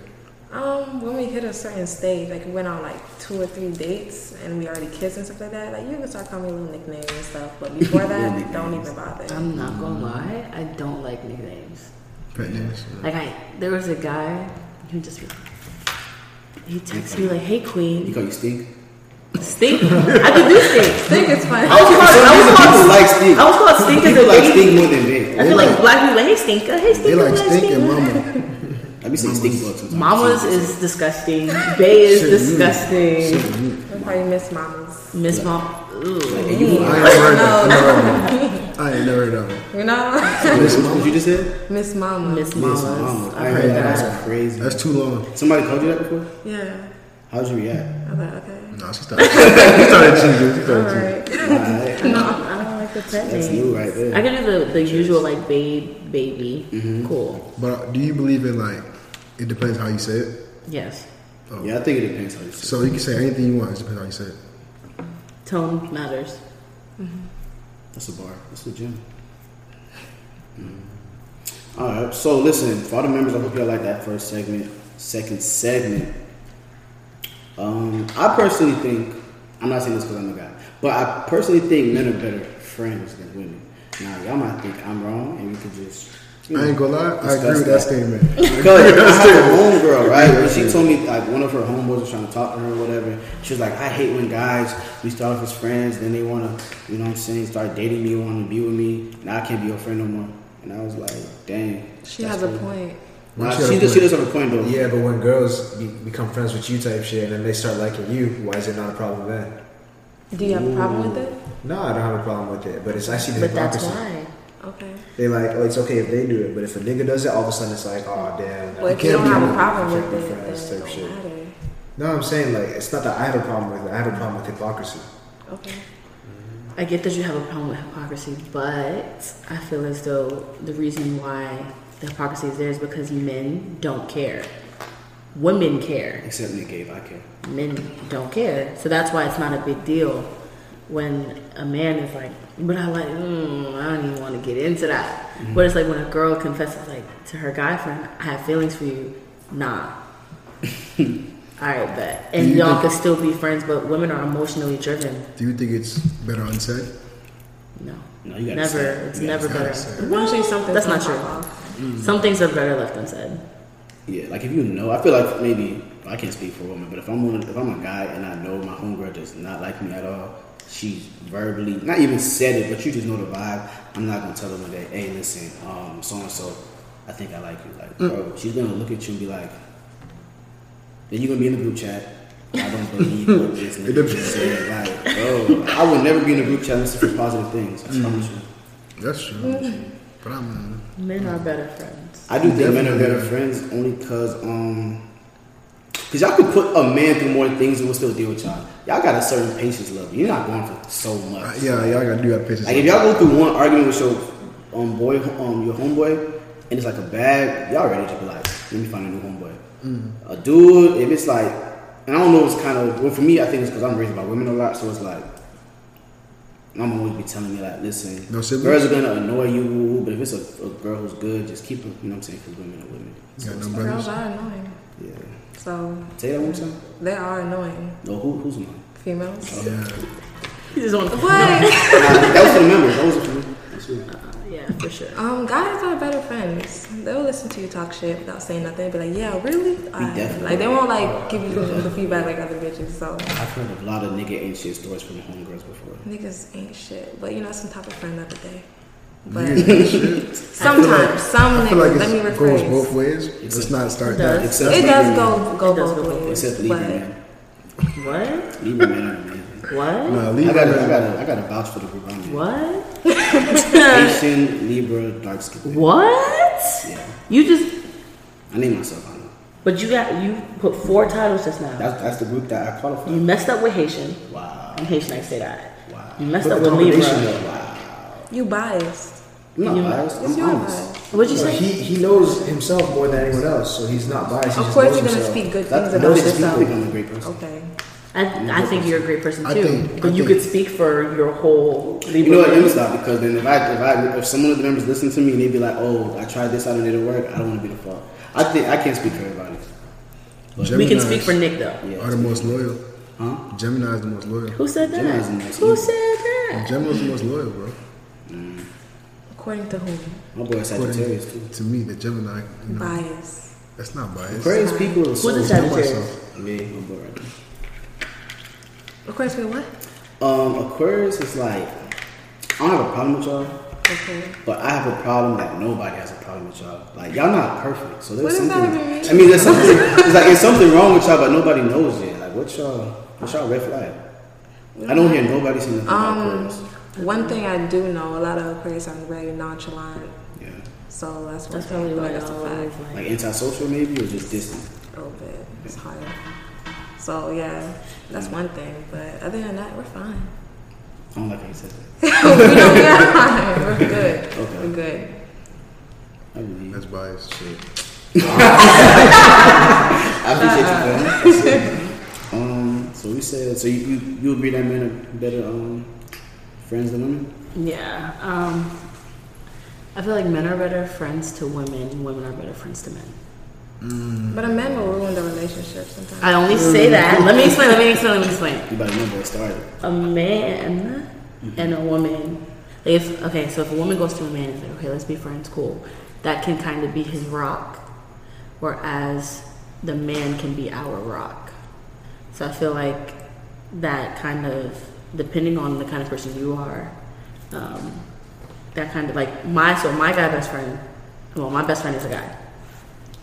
C: Um, when we hit a certain stage, like we went on like two or three dates and we already kissed and stuff like that, like you can start calling me little nicknames and stuff. But
A: *laughs*
C: before that, don't even bother.
E: I'm not gonna lie. I don't like nicknames.
A: Pet names.
E: Like I, there was a guy who just he texted me like, "Hey,
B: he
E: queen,
B: call you stink.
E: stink." I can do
C: I
E: stink.
C: think it's fun.
E: I was called.
B: Some
E: I was
B: people
E: called.
B: like stink.
E: I was called stink as a
B: People like
E: baby.
B: stink more than babe.
E: I feel
A: They
E: like
A: like-
E: black people, like, hey stinker,
A: They
E: hey stinker,
A: like
E: hey,
A: stink and
E: stinker."
A: mama.
B: I be saying stink bugs sometimes.
E: Mama's is disgusting. Bay is
A: Shit, you-
E: disgusting.
C: I probably miss mamas.
E: Miss Mom,
B: Like,
E: ooh.
B: and you,
A: I ain't never heard that. I never heard that. I ain't never heard that one.
C: You know, *laughs*
B: Miss Mama, what you just said?
C: miss mama.
B: Miss
E: Miss Mama's.
B: Mama. I
E: I
B: heard
E: heard
B: that.
E: that.
B: That's crazy.
A: That's too long.
B: Somebody called you that before?
C: yeah.
B: How'd you
E: *laughs*
B: react?
C: I was like, okay.
A: No, she started. She started cheating. She
C: All
A: started cheating.
C: right.
B: Alright,
E: I don't like the pet
B: That's new
E: name.
B: right
E: I
B: there.
E: can do the, the usual like babe, baby,
B: Mm-hmm.
E: cool.
A: But do you believe in like? It depends how you say it.
E: Yes.
B: Yeah, I think it depends how you say.
A: So you can say anything you want. It depends how you say it.
E: Tone matters.
B: it. That's a bar. That's a gym. Mm. All right. So listen, for all the members, I hope y'all like that first segment. Second segment. Um, I personally think I'm not saying this because I'm a guy, but I personally think men are better friends than women. Now y'all might think I'm wrong, and we could just you
A: I ain't gonna lie. I agree with that statement.
B: Because I had a homegirl, right? And she told me like one of her homeboys was trying to talk to her or whatever. She was like, I hate when guys we start off as friends, then they wanna, you know what I'm saying, start dating me, wanna be with me, and I can't be your friend no more. And I was like, dang.
C: She
B: that's
C: has a
B: crazy.
C: point.
B: Nah,
A: She
B: she,
A: had a
B: does, she
A: point.
B: does have a point though.
D: Yeah, but when girls be, become friends with you type shit and then they start liking you, why is it not a problem then?
C: Do you have a problem with it?
D: No, I don't have a problem with it, but it's actually the
E: But that's
D: hypocrisy.
E: why.
C: Okay.
D: They like, oh, it's okay if they do it, but if a nigga does it, all of a sudden it's like, oh damn.
C: Well, if you
A: can't
C: don't
A: be
C: have a
A: with-
C: problem with
D: can't be
C: it, then it
D: friends type
C: don't
D: shit.
C: matter.
D: No, I'm saying like it's not that I have a problem with it. I have a problem with hypocrisy.
C: Okay.
E: I get that you have a problem with hypocrisy, but I feel as though the reason why the hypocrisy is there is because men don't care. Women care.
B: Except Nick Gabe, I care.
E: men don't care. So that's why it's not a big deal when a man is like, but I like, mm, I don't even want to get into that.
B: Mm-hmm.
E: But it's like when a girl confesses like to her guy friend, I have feelings for you.
B: *laughs*
E: Nah. All right, bet. And
A: You
E: y'all
A: think-
E: can still be friends, but women are emotionally driven.
A: Do you think it's better unsaid?
E: No.
B: No, you gotta
E: never.
B: say it.
E: It's
B: You gotta Mm-hmm.
E: never
A: say it.
E: better.
A: Say
E: Well,
C: Usually something's
E: that's
C: gonna
E: not true.
C: pop off.
E: Some things are better left unsaid.
B: Yeah, like if you know, I feel like maybe I can't speak for a woman, but if I'm one, if I'm a guy and I know my homegirl does not like me at all, she's verbally not even said it, but you just know the vibe. I'm not gonna tell her one day, hey, listen, um, so and so, I think I like you. Like, bro, she's gonna look at you and be like, then you're gonna be in the group chat. I don't believe what this
A: It
B: nigga
A: depends.
B: just said. Like, bro, I will never be in a group chat unless it's for positive things. I promise you.
A: That's true. But I'm.
E: Men are better friends. *laughs*
B: I do think men are better friends only because um, cause y'all could put a man through more things and we'll still deal with y'all. Y'all got a certain patience level. You're not going for so
A: Uh,
B: much.
A: yeah, y'all gotta do that patience.
B: Like if y'all go through one argument with your um boy um your homeboy and it's like a bag, y'all ready to be like, let me find a new homeboy.
A: Mm.
B: A dude, if it's like, and I don't know, it's kind of well for me. I think it's because I'm raised by women a lot, so it's like. My mom would be telling me like, listen,
A: No siblings?
B: girls are gonna annoy you, woo, woo, but if it's a, a girl who's good, just keep her. You know what I'm saying? Because women are women.
A: You got no
C: Girls
A: brothers.
C: are annoying.
B: Yeah.
C: So
B: Say that one more time.
C: they are annoying.
B: No, who, who's mine? *laughs*
C: Females.
A: Yeah.
E: You just want
C: What?
B: Nah, that was for the members. That wasn't for me. That's me.
E: Yeah, for sure.
C: um, guys are better friends. They'll listen to you talk shit without saying nothing. Be like, yeah, really? I,
B: definitely-
C: like they won't like give you the feedback like other bitches. So
B: I've heard a lot of nigga ain't shit stories from the homegirls before.
C: niggas ain't shit. But you know, some type of friend of the day. But sometimes, some
A: I feel
C: niggas.
A: like
C: let me
A: it goes
C: rephrase.
A: both ways. Let's not start that.
B: Except
C: it does
B: Libra Man.
C: go go
E: It does
C: both
E: go both
C: ways.
B: Except Libra
C: but
B: Man.
E: What?
B: Libra Man are amazing.
E: What?
A: Nah,
B: I
A: leave
B: got,
A: that.
B: I,
A: alone.
B: got a, I got a vouch for the Libra Man.
E: What?
B: Asian, Libra, dark skin.
E: What?
B: Yeah.
E: You just,
B: I name myself. I know.
E: but you got you put four titles just now.
B: That's, that's the group that I
E: You
B: qualified.
E: messed up with Haitian.
B: Wow.
E: I'm Haitian. I say that.
B: Wow.
E: You messed
D: But
E: up
D: the
E: with
D: combination
E: Libra.
D: though,
C: you biased.
B: I'm not
E: You-
B: biased.
C: It's
B: I'm
C: your
B: honest.
C: bias.
E: What'd you
D: so
E: say?
D: he he knows himself more than anyone else, so he's not biased. He
C: Of
D: just
C: course,
D: knows
C: you're gonna
D: himself.
C: speak good
B: That,
C: things
B: that
C: about
B: makes me think
C: yourself.
B: I'm a great person.
C: Okay.
E: I, I think you're a great person
A: I
E: too,
A: think-
E: but
A: I
E: you
A: think-
E: could speak for your whole Libra.
B: You know what? Let me stop because then if I if I if someone of the members listen to me and they be like, oh, I tried this out and it didn't work, I don't want to be the fault. I think I can't speak for everybody.
E: we can
A: Geminis
E: speak for Nick though.
A: Are the
B: Yeah.
A: most loyal.
B: Huh?
A: Gemini is the most loyal.
E: Who said that?
B: Gemini's the most
E: Who
B: evil.
E: said that?
A: Gemini is the most loyal, bro.
C: According to whom?
B: My boy is
A: According
B: Sagittarius too.
A: To me, the Gemini, you know,
C: Bias.
A: that's not biased.
B: Aquarius people are so
E: Who's a
A: I know
E: Sagittarius?
A: myself.
B: Me, my boy. right there.
C: According to what?
B: Um, Aquarius is like I don't have a problem with y'all,
C: Okay.
B: but I have a problem that nobody has a problem with y'all. Like y'all not perfect, so there's
C: What does that
B: something.
C: even mean?
B: I mean, there's something. it's like there's something wrong with y'all, but nobody knows it. Like what y'all? What y'all red flag? I don't hear nobody saying nothing about
C: Um,
B: Aquarius.
C: one thing I do know, a lot of Aquarius are very nonchalant,
B: Yeah.
C: so that's one thing.
E: That's probably
C: I feel
E: what
C: like
E: I
C: that's a
E: always
C: fact.
B: Like antisocial maybe or just distant?
C: A little bit. It's higher. So yeah, that's one thing. But other than that, we're fine.
B: I don't like how you said that.
C: *laughs* we don't care. We're good.
B: Okay.
C: We're good.
B: I believe.
A: That's biased. Shit.
B: I appreciate you, bro. um, so we said so you you, you would be that man of better um friends than women?
E: Yeah. Um, I feel like men are better friends to women. Women are better friends to men.
C: But a man will ruin the relationship sometimes.
E: I only say that. Let me explain. Let me explain. Let me explain.
B: You better know where it started.
E: a man and a woman like if okay so if a woman goes to a man and is like okay let's be friends cool that can kind of be his rock whereas the man can be our rock so i feel like that kind of depending on the kind of person you are um, that kind of like my so my guy best friend well my best friend is a guy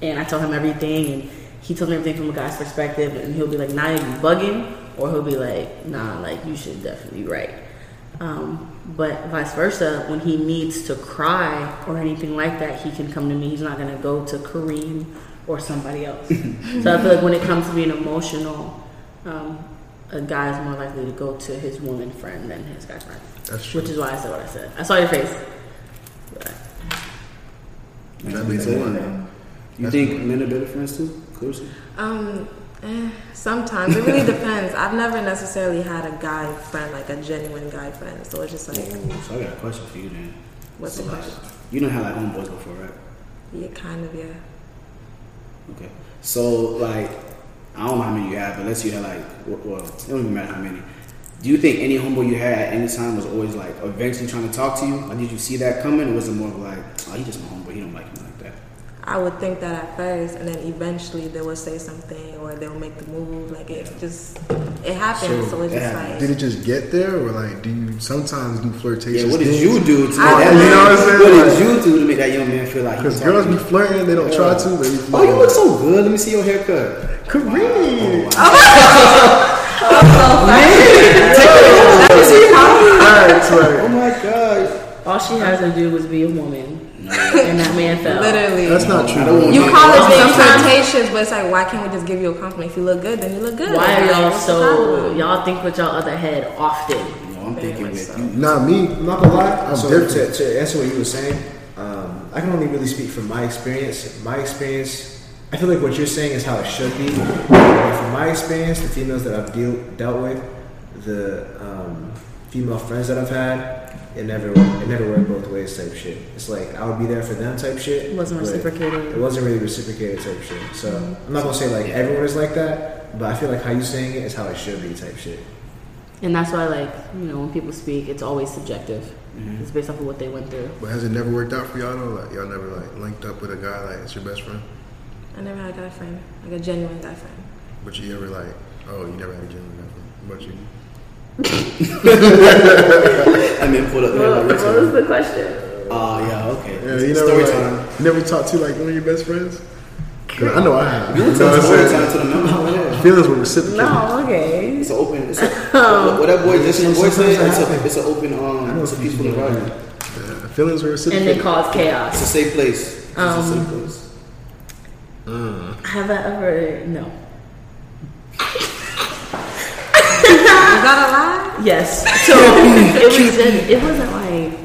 E: and I tell him everything, and he tells me everything from a guy's perspective, and he'll be like, "Nah, you bugging," or he'll be like, "Nah, like you should definitely be right." Um, but vice versa, when he needs to cry or anything like that, he can come to me. He's not gonna go to Kareem or somebody
A: *laughs*
E: else. so I feel like when it comes to being emotional, um, a guy is more likely to go to his woman friend than his guy friend.
A: That's true.
E: Which is why I said what I said. I saw your face.
A: That means
B: You
A: one.
B: You
A: That's
B: think men are better friends too? Clarissa?
C: Um, eh, sometimes it really depends. I've never necessarily had a guy friend, like a genuine guy friend. So it's just like,
B: Oh, so I got a question for you then.
C: what's the
B: So, like,
C: question?
B: You know how like homeboys before, right?
C: Yeah, kind of. Yeah.
B: Okay. So like, I don't know how many you have, but let's say you had like, well, well, it don't even matter how many. Do you think any homeboy you had at any time was always like eventually trying to talk to you? Like, did you see that coming, or was it more of like, oh, he just my homeboy, he don't like me like that?
C: I would think that at first, and then eventually they will say something or they'll make the move. Like it just, it happens. So,
A: So,
C: it's just
B: yeah,
C: like,
A: Did it just get there, or like do you sometimes do flirtations?
B: Yeah, what did
A: things?
B: you do to make
C: I-
B: that?
C: you know
A: what I'm
B: man-
A: saying?
B: What
A: Like-
B: did you do to make that young man feel like? he
A: Because
B: talking
A: girls
B: to
A: be
B: you?
A: flirting, they don't try to. But you
B: Oh, you look so good. Let me see your haircut.
A: Korean.
B: *laughs* Oh my god.
E: All she has to do was be a woman, and that man fell.
C: literally.
A: That's not
B: I don't
A: true.
B: want
C: you
B: no-
C: call it being
E: Sometimes-
C: flirtatious, but it's like, why can't we just give you a compliment? If you look good, then you look good.
E: Why are
C: Like,
E: y'all
C: what's the problem?
E: so y'all think with y'all other head often?
B: No, I'm thinking
C: much
B: with
C: so.
B: you.
A: Not me.
D: I'm not gonna lie.
A: I'm
D: so
A: different.
D: To, to answer what you were saying, um, I can only really speak from my experience. My experience I feel like what you're saying is how it should be. And From my experience, the females that I've deal, dealt with, the um, female friends that I've had, it never it never worked both ways type shit. It's like I would be there for them type shit.
E: It wasn't
D: but
E: reciprocated. Mm-hmm.
D: It wasn't really reciprocated type shit. So I'm not gonna say like everyone is like that, but I feel like how you saying it is how it should be type shit.
E: And that's why, like, you know, when people speak, it's always subjective. It's based off of what they went through.
A: But has it never worked out for y'all? Though? Like y'all never like linked up with a guy like it's your best friend,
C: I never had a guy friend, like a genuine guy friend.
A: but you ever like oh you never had a genuine guy friend, but you
B: And then pull up.
E: What, what
B: Oh,
E: was the question?
B: Ah, yeah, okay.
A: yeah you never
B: story
A: like,
B: time.
A: you never talked to like one of your best friends. 'Cause I know I have. You know
B: Tell
A: what I'm
B: story
A: saying?
B: time to the *laughs* members.
A: Feelings were reciprocated.
E: *laughs* No, okay.
B: It's an open. It's a, what that boy just
D: Sometimes
B: boy said.
D: that
B: It's a,
D: happens.
B: it's an open. Um, it's a peaceful environment.
A: Yeah, feelings were
E: And
A: reciprocated.
E: they cause chaos.
B: It's a safe place. It's a safe place.
E: Have I ever? No.
C: Is that a lie?
E: *laughs* Yes. So it was just, it wasn't like.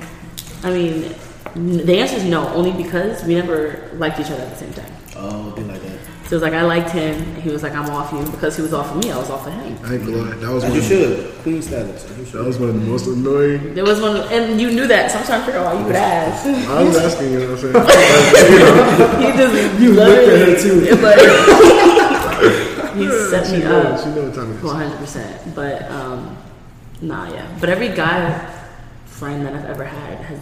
E: I mean, n- the answer is no, only because we never liked each other at the same time.
B: Oh, thing like that.
E: So it was like I liked him, and he was like I'm off you because he was off of me. I was off of him.
A: I ain't gonna lie, that was
B: As
A: one
B: you
A: of,
B: should. Queen status. As you
A: that
B: should.
A: was one of the most annoying.
E: There was one, and you knew that. So I'm trying to figure out why you would ask. *laughs*
A: I was asking you, know what I'm saying?
E: He just
A: *laughs* You looked at her, too.
E: It's
A: *laughs*
E: like he set
A: she
E: me
A: knows, she
E: up
A: knows what time it is.
E: one hundred percent. But um, nah, yeah. But every guy friend that I've ever had has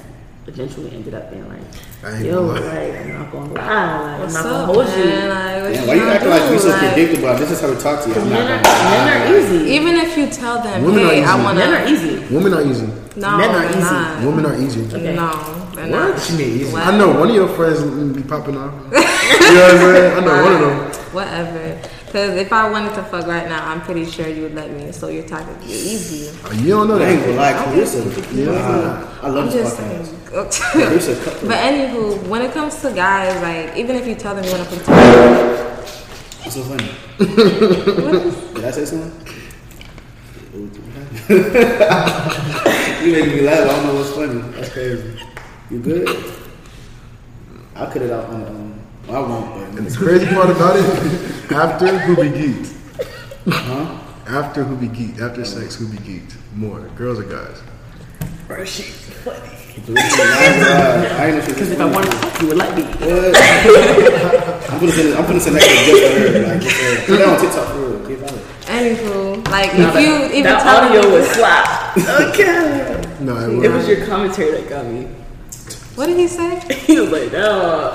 E: eventually ended up being
A: I
E: like,
A: ain't
E: yo,
A: gonna
E: like
A: lie.
E: I'm not gonna lie, like, I'm
C: What's
E: not gonna
C: up,
E: hold
C: man?
E: you.
C: Like, what
B: Damn, why you
C: gonna
B: acting like
C: do?
B: we so
C: Like,
B: predictable? This is how we talk to you. I'm not
E: Men are,
B: gonna
E: men are easy.
C: Even if you tell them,
A: Women are
C: hey, I
A: easy.
C: want
E: men are easy.
A: Women are easy.
C: No,
E: Men are
C: they're
E: easy.
C: not.
A: Women are easy.
E: Okay.
C: No, they're
A: What?
C: not.
D: She mean easy.
C: What?
A: I know one of your friends will be popping off. *laughs* you know what I'm saying? I know one of
E: *laughs*
A: them.
C: Whatever. Because if I wanted to fuck right now, I'm pretty sure you would let me. So you're talking, you're easy.
A: Oh, You don't know
B: lie. I ain't
A: that.
B: gonna lie. Clarissa.
A: Yeah.
B: Wow. I love
C: I'm
B: this
C: just
B: podcast.
C: saying. *laughs*
B: Clarissa,
C: but
B: cut the-
C: anywho, when it comes to guys, like even if you tell them you want to fuck,
B: It's so funny. Did I say something? you making me laugh. I don't know what's funny. That's crazy. You good? I'll cut it out on um, I won't,
A: And
B: but
A: the crazy part about it, *laughs* after who be geeked?
B: huh?
A: After who be geeked? After sex, who be geeked? More girls or guys?
B: I ain't
E: Because if I wanted to fuck, you would let me.
B: Eh, I'm gonna send. I'm gonna send that to just for her. Like, just for her. Put that on TikTok for real. Get about it.
C: anywho, like if you even
E: that
C: tell
E: audio
C: them,
E: was
C: *laughs*
E: slap. Okay.
A: No, I
E: It
A: wouldn't.
E: was your commentary that got me. *laughs*
C: what did he say?
E: He was like, no.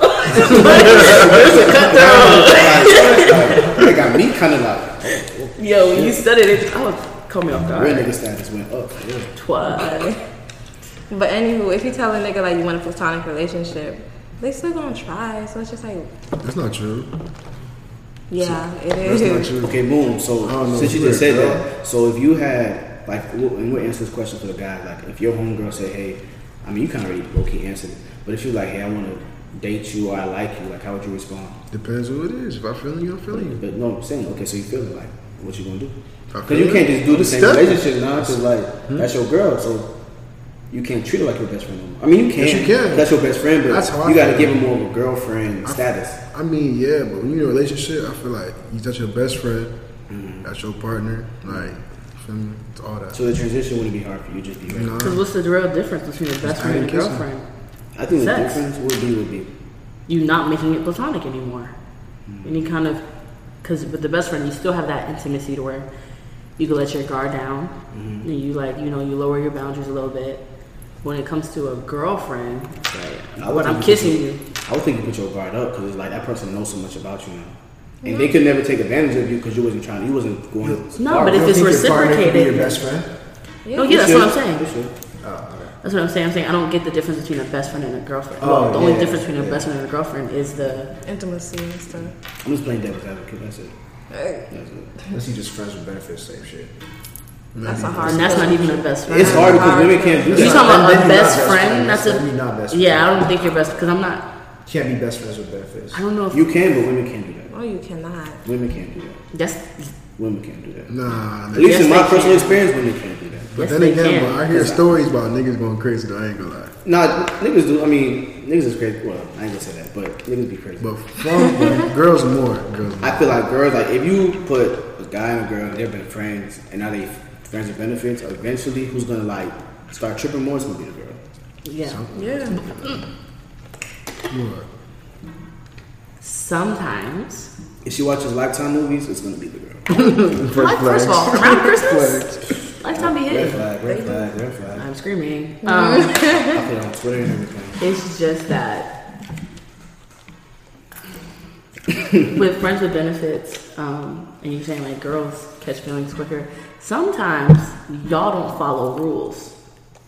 B: That got me kind of like
E: Yo, when you said it, it I was caught me off guard.
B: real nigga status went up. for real.
E: Twat.
C: But anywho, if you tell a nigga like you want a platonic relationship, they still gonna try. So it's just like,
A: That's not true.
C: yeah, it
A: That's not
C: is.
A: true.
B: Okay, boom. So
A: I don't know
B: since you
A: where
B: just
A: it
B: said
A: go.
B: that, so if you had like, we'll- and we'll answer this question for the guy. Like, if your homegirl said, "Hey," I mean, you kind of already low key answered it, but if you like, "Hey, I want to date you or I like you," like, how would you respond?
A: Depends who it is. If I'm feeling you, I'm feeling you.
B: But no, I'm saying, okay, so you feel it, like, what you gonna do?
A: I
B: Because
A: feel
B: you
A: it.
B: can't just do the
A: I'm Hmm?
B: same
A: stepping.
B: relationship now, because like that's your girl, so you can't treat her like your best friend. no more. I mean, you can.
A: Yes, you can.
B: That's your best friend, but
A: That's how I
B: you got to
A: feel.
B: give her more of a girlfriend status.
A: I mean, yeah, but when you're in a relationship, I feel like you that's your best friend, that's your partner, like, you feel me? It's all that.
B: So the transition wouldn't be hard for you, just be.
A: you know?
E: Because what's the real difference between a best friend and a
A: Kissing.
E: girlfriend?
B: I think the
E: Sex.
B: difference would be would be
E: You not making it platonic anymore.
D: Hmm.
E: Any kind of, because with the best friend, you still have that intimacy to where you can let your guard down
D: Mm-hmm.
E: and you like, you know, you lower your boundaries a little bit. When it comes to a girlfriend, it's like,
B: would
E: when
D: Mm-hmm.
E: I'm
B: think you
E: kissing
B: put your-
E: you,
B: I would think you put your guard up because it's like that person knows so much about you now, and they could never take advantage of you because you wasn't trying. You wasn't going.
E: No,
B: hard.
E: Oh, but
D: You
E: if
D: don't
E: it's
D: think your partner could be
E: reciprocated,
D: your best friend.
E: no, yeah, that's
B: You
E: what I'm
B: should.
E: saying.
B: You should.
E: That's what I'm saying. I'm saying I don't get the difference between a best friend and a girlfriend.
D: Oh,
E: well, the only
D: yeah,
E: difference between a
D: yeah.
E: best friend and a girlfriend is the
C: Intimacy and stuff.
B: I'm just playing devil's advocate. That's it. That's it.
D: Unless you just friends with benefits type shit.
C: That's a hard.
E: and that's
C: pill.
E: not even a best friend.
B: It's hard because women can't do
E: You
B: that.
E: talking
D: Then
E: about a
D: you're not
E: best
D: best
E: friend?
D: friends.
E: That's
D: Then
E: a
D: you're not best
E: yeah. I don't think you're best because I'm not.
D: Can't be best friends with benefits.
E: I don't know if
B: You can, but women can't do that.
C: No, you cannot.
B: Women can't do that.
E: that's
B: Women can't do that.
A: Nah,
B: At least
E: Yes,
B: in my
E: they
B: personal
E: can.
B: experience, women can't do that.
A: But But
E: Yes,
A: then
E: they
A: again,
E: can,
A: but I hear
E: 'cause I-
A: stories about niggas going crazy. Though I ain't gonna lie.
B: Nah, niggas do. I mean, niggas is crazy. Well, I ain't gonna say that, but niggas be crazy.
A: But from but girls more, girls. More.
B: I feel like girls, like if you put a guy and a girl, they've been friends, and now they friends with benefits. Eventually, who's gonna like start tripping more? It's gonna be the girl.
E: Yeah.
C: Yeah.
A: What?
E: Sometimes.
B: If she watches Lifetime movies, it's gonna be the girl.
E: Like, first of all, *laughs* around Christmas,
A: Flags.
E: lifetime be
B: Red
E: hitting.
B: flag, red flag, red flag.
E: I'm screaming. Um,
B: I put it on Twitter and everything.
E: it's just *laughs* that with friends with benefits, um, and you're saying like girls catch feelings quicker. Sometimes y'all don't follow rules.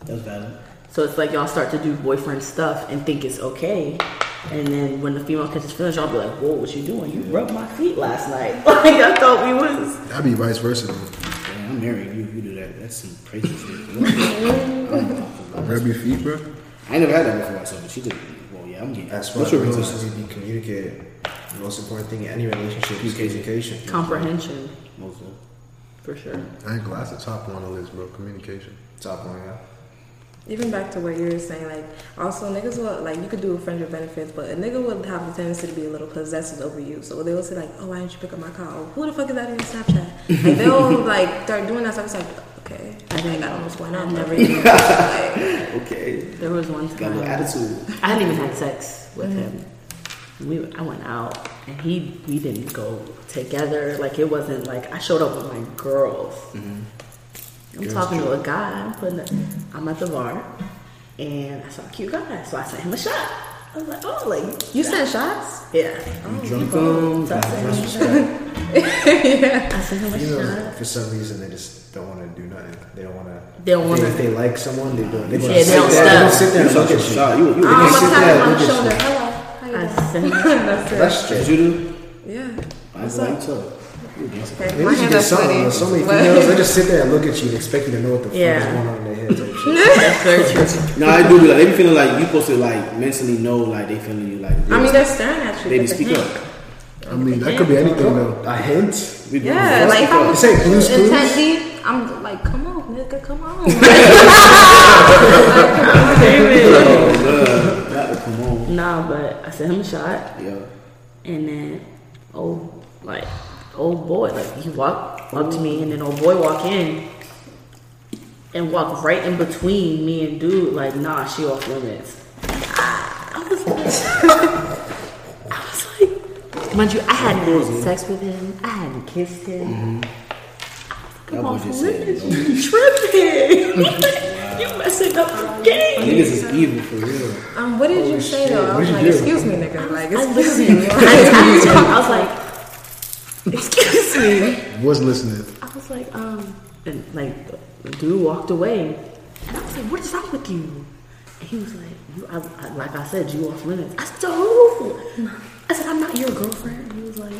B: That's valid.
E: So it's like y'all start to do boyfriend stuff and think it's okay. And then when the female catches feelings, y'all be like, whoa, what you doing? You rubbed my feet last night. *laughs* Like, I thought we was.
A: That'd be vice versa. though.
B: Yeah, I'm married. You, you do that. That's some crazy shit. What? I don't talk about that.
A: Rub your feet, bro.
B: I ain't never had that before myself, but she did. Well, yeah, I'm getting.
D: That's why
B: What's your
D: rules
B: reason?
D: need to be communicated. The most important thing in any relationship is
B: Communication.
D: communication.
E: Comprehension,
B: Mostly.
E: for sure.
A: I ain't gonna lie. That's the top one on the list, bro. Communication.
D: Top one, yeah.
C: Even back to what you were saying, like also niggas will like you could do a friend with benefits, but a nigga would have the tendency to be a little possessive over you. So they will say like, "Oh, why didn't you pick up my call? Or, Who the fuck is that in your Snapchat?" Like, they'll like start doing that stuff. It's like, okay, I think I don't know what's going on. Never. Even like,
B: Okay.
E: There was one
B: Got a
E: time.
B: little attitude.
E: I hadn't even had sex with
C: Mm-hmm.
E: him. We, I went out and he, we didn't go together. Like it wasn't like I showed up with my girls.
B: Mm-hmm.
E: I'm talking to a guy. I'm putting. A, I'm at the bar, and I saw a cute guy, so I sent him a shot. I was like, oh, like
C: you sent shots.
E: yeah. Oh,
B: You drunk on?
E: So I sent him a shot. *laughs* I sent him a shot.
D: Females, for some reason, they just don't want to do nothing. They don't want to.
E: They don't wanna-
D: If they like someone, they don't. They
E: Yeah, they don't
D: there. They don't
E: stop.
D: sit there
B: You
D: and
B: suck
D: look
B: your
D: at you.
B: shot. You, you,
C: Oh,
D: can
C: I'm
D: sit
C: gonna tap
D: there,
C: him on
D: look
C: the
D: at
C: shoulder. Hello.
E: I
C: How you
E: sent.
C: doing? That's
D: That's
B: Did
D: true.
B: you do?
C: it. Yeah.
B: I was
C: What's
B: like,
C: up?
B: so. You dancing.
C: Okay,
D: Maybe
C: my
D: you should
C: hand
D: get
C: is
D: something.
C: sweaty.
D: though. So many
C: But-
D: females, they just sit there and look at you and expect you to know what the fuck
E: Yeah.
D: is going on in their head. Type shit.
E: That's very
B: *laughs*
E: true.
B: No, I do be like they be feeling like you supposed to like mentally know like they feeling you like.
C: I mean, they're staring at you.
B: baby,
C: with the
B: speak
C: hand.
B: up.
A: I mean, that could be anything though.
D: A hint?
B: We
C: Yeah, like how
D: This ain't Blue's Clues.
C: intently, I'm like, come on, nigga, come on.
B: uh, that come on.
E: Nah, but I sent him a shot.
B: Yeah,
E: And then old like old boy, like he walked up to me and then old boy walk in and walk right in between me and dude, like, nah, she off limits. I I was like *laughs* I was like Mind you, I hadn't had sex with him, I hadn't kissed
B: Mm-hmm.
E: him.
B: That
E: I'm
B: boy
E: off
B: just
E: limits. You tripping.
B: *laughs*
E: *laughs* you messing up the game.
B: niggas is evil for real.
C: Um, what did you say though? I was like, excuse me, nigga. Like,
E: I
C: excuse
E: literally,
B: *laughs*
C: me.
E: I tapped him. I was like, excuse me.
A: Was listening.
E: I was like, um, and like, the dude walked away, and I was like, what is wrong with you? And he was like, you, I, I, like I said, you off limits. I said, to who? I said, I'm not your girlfriend. And he was like,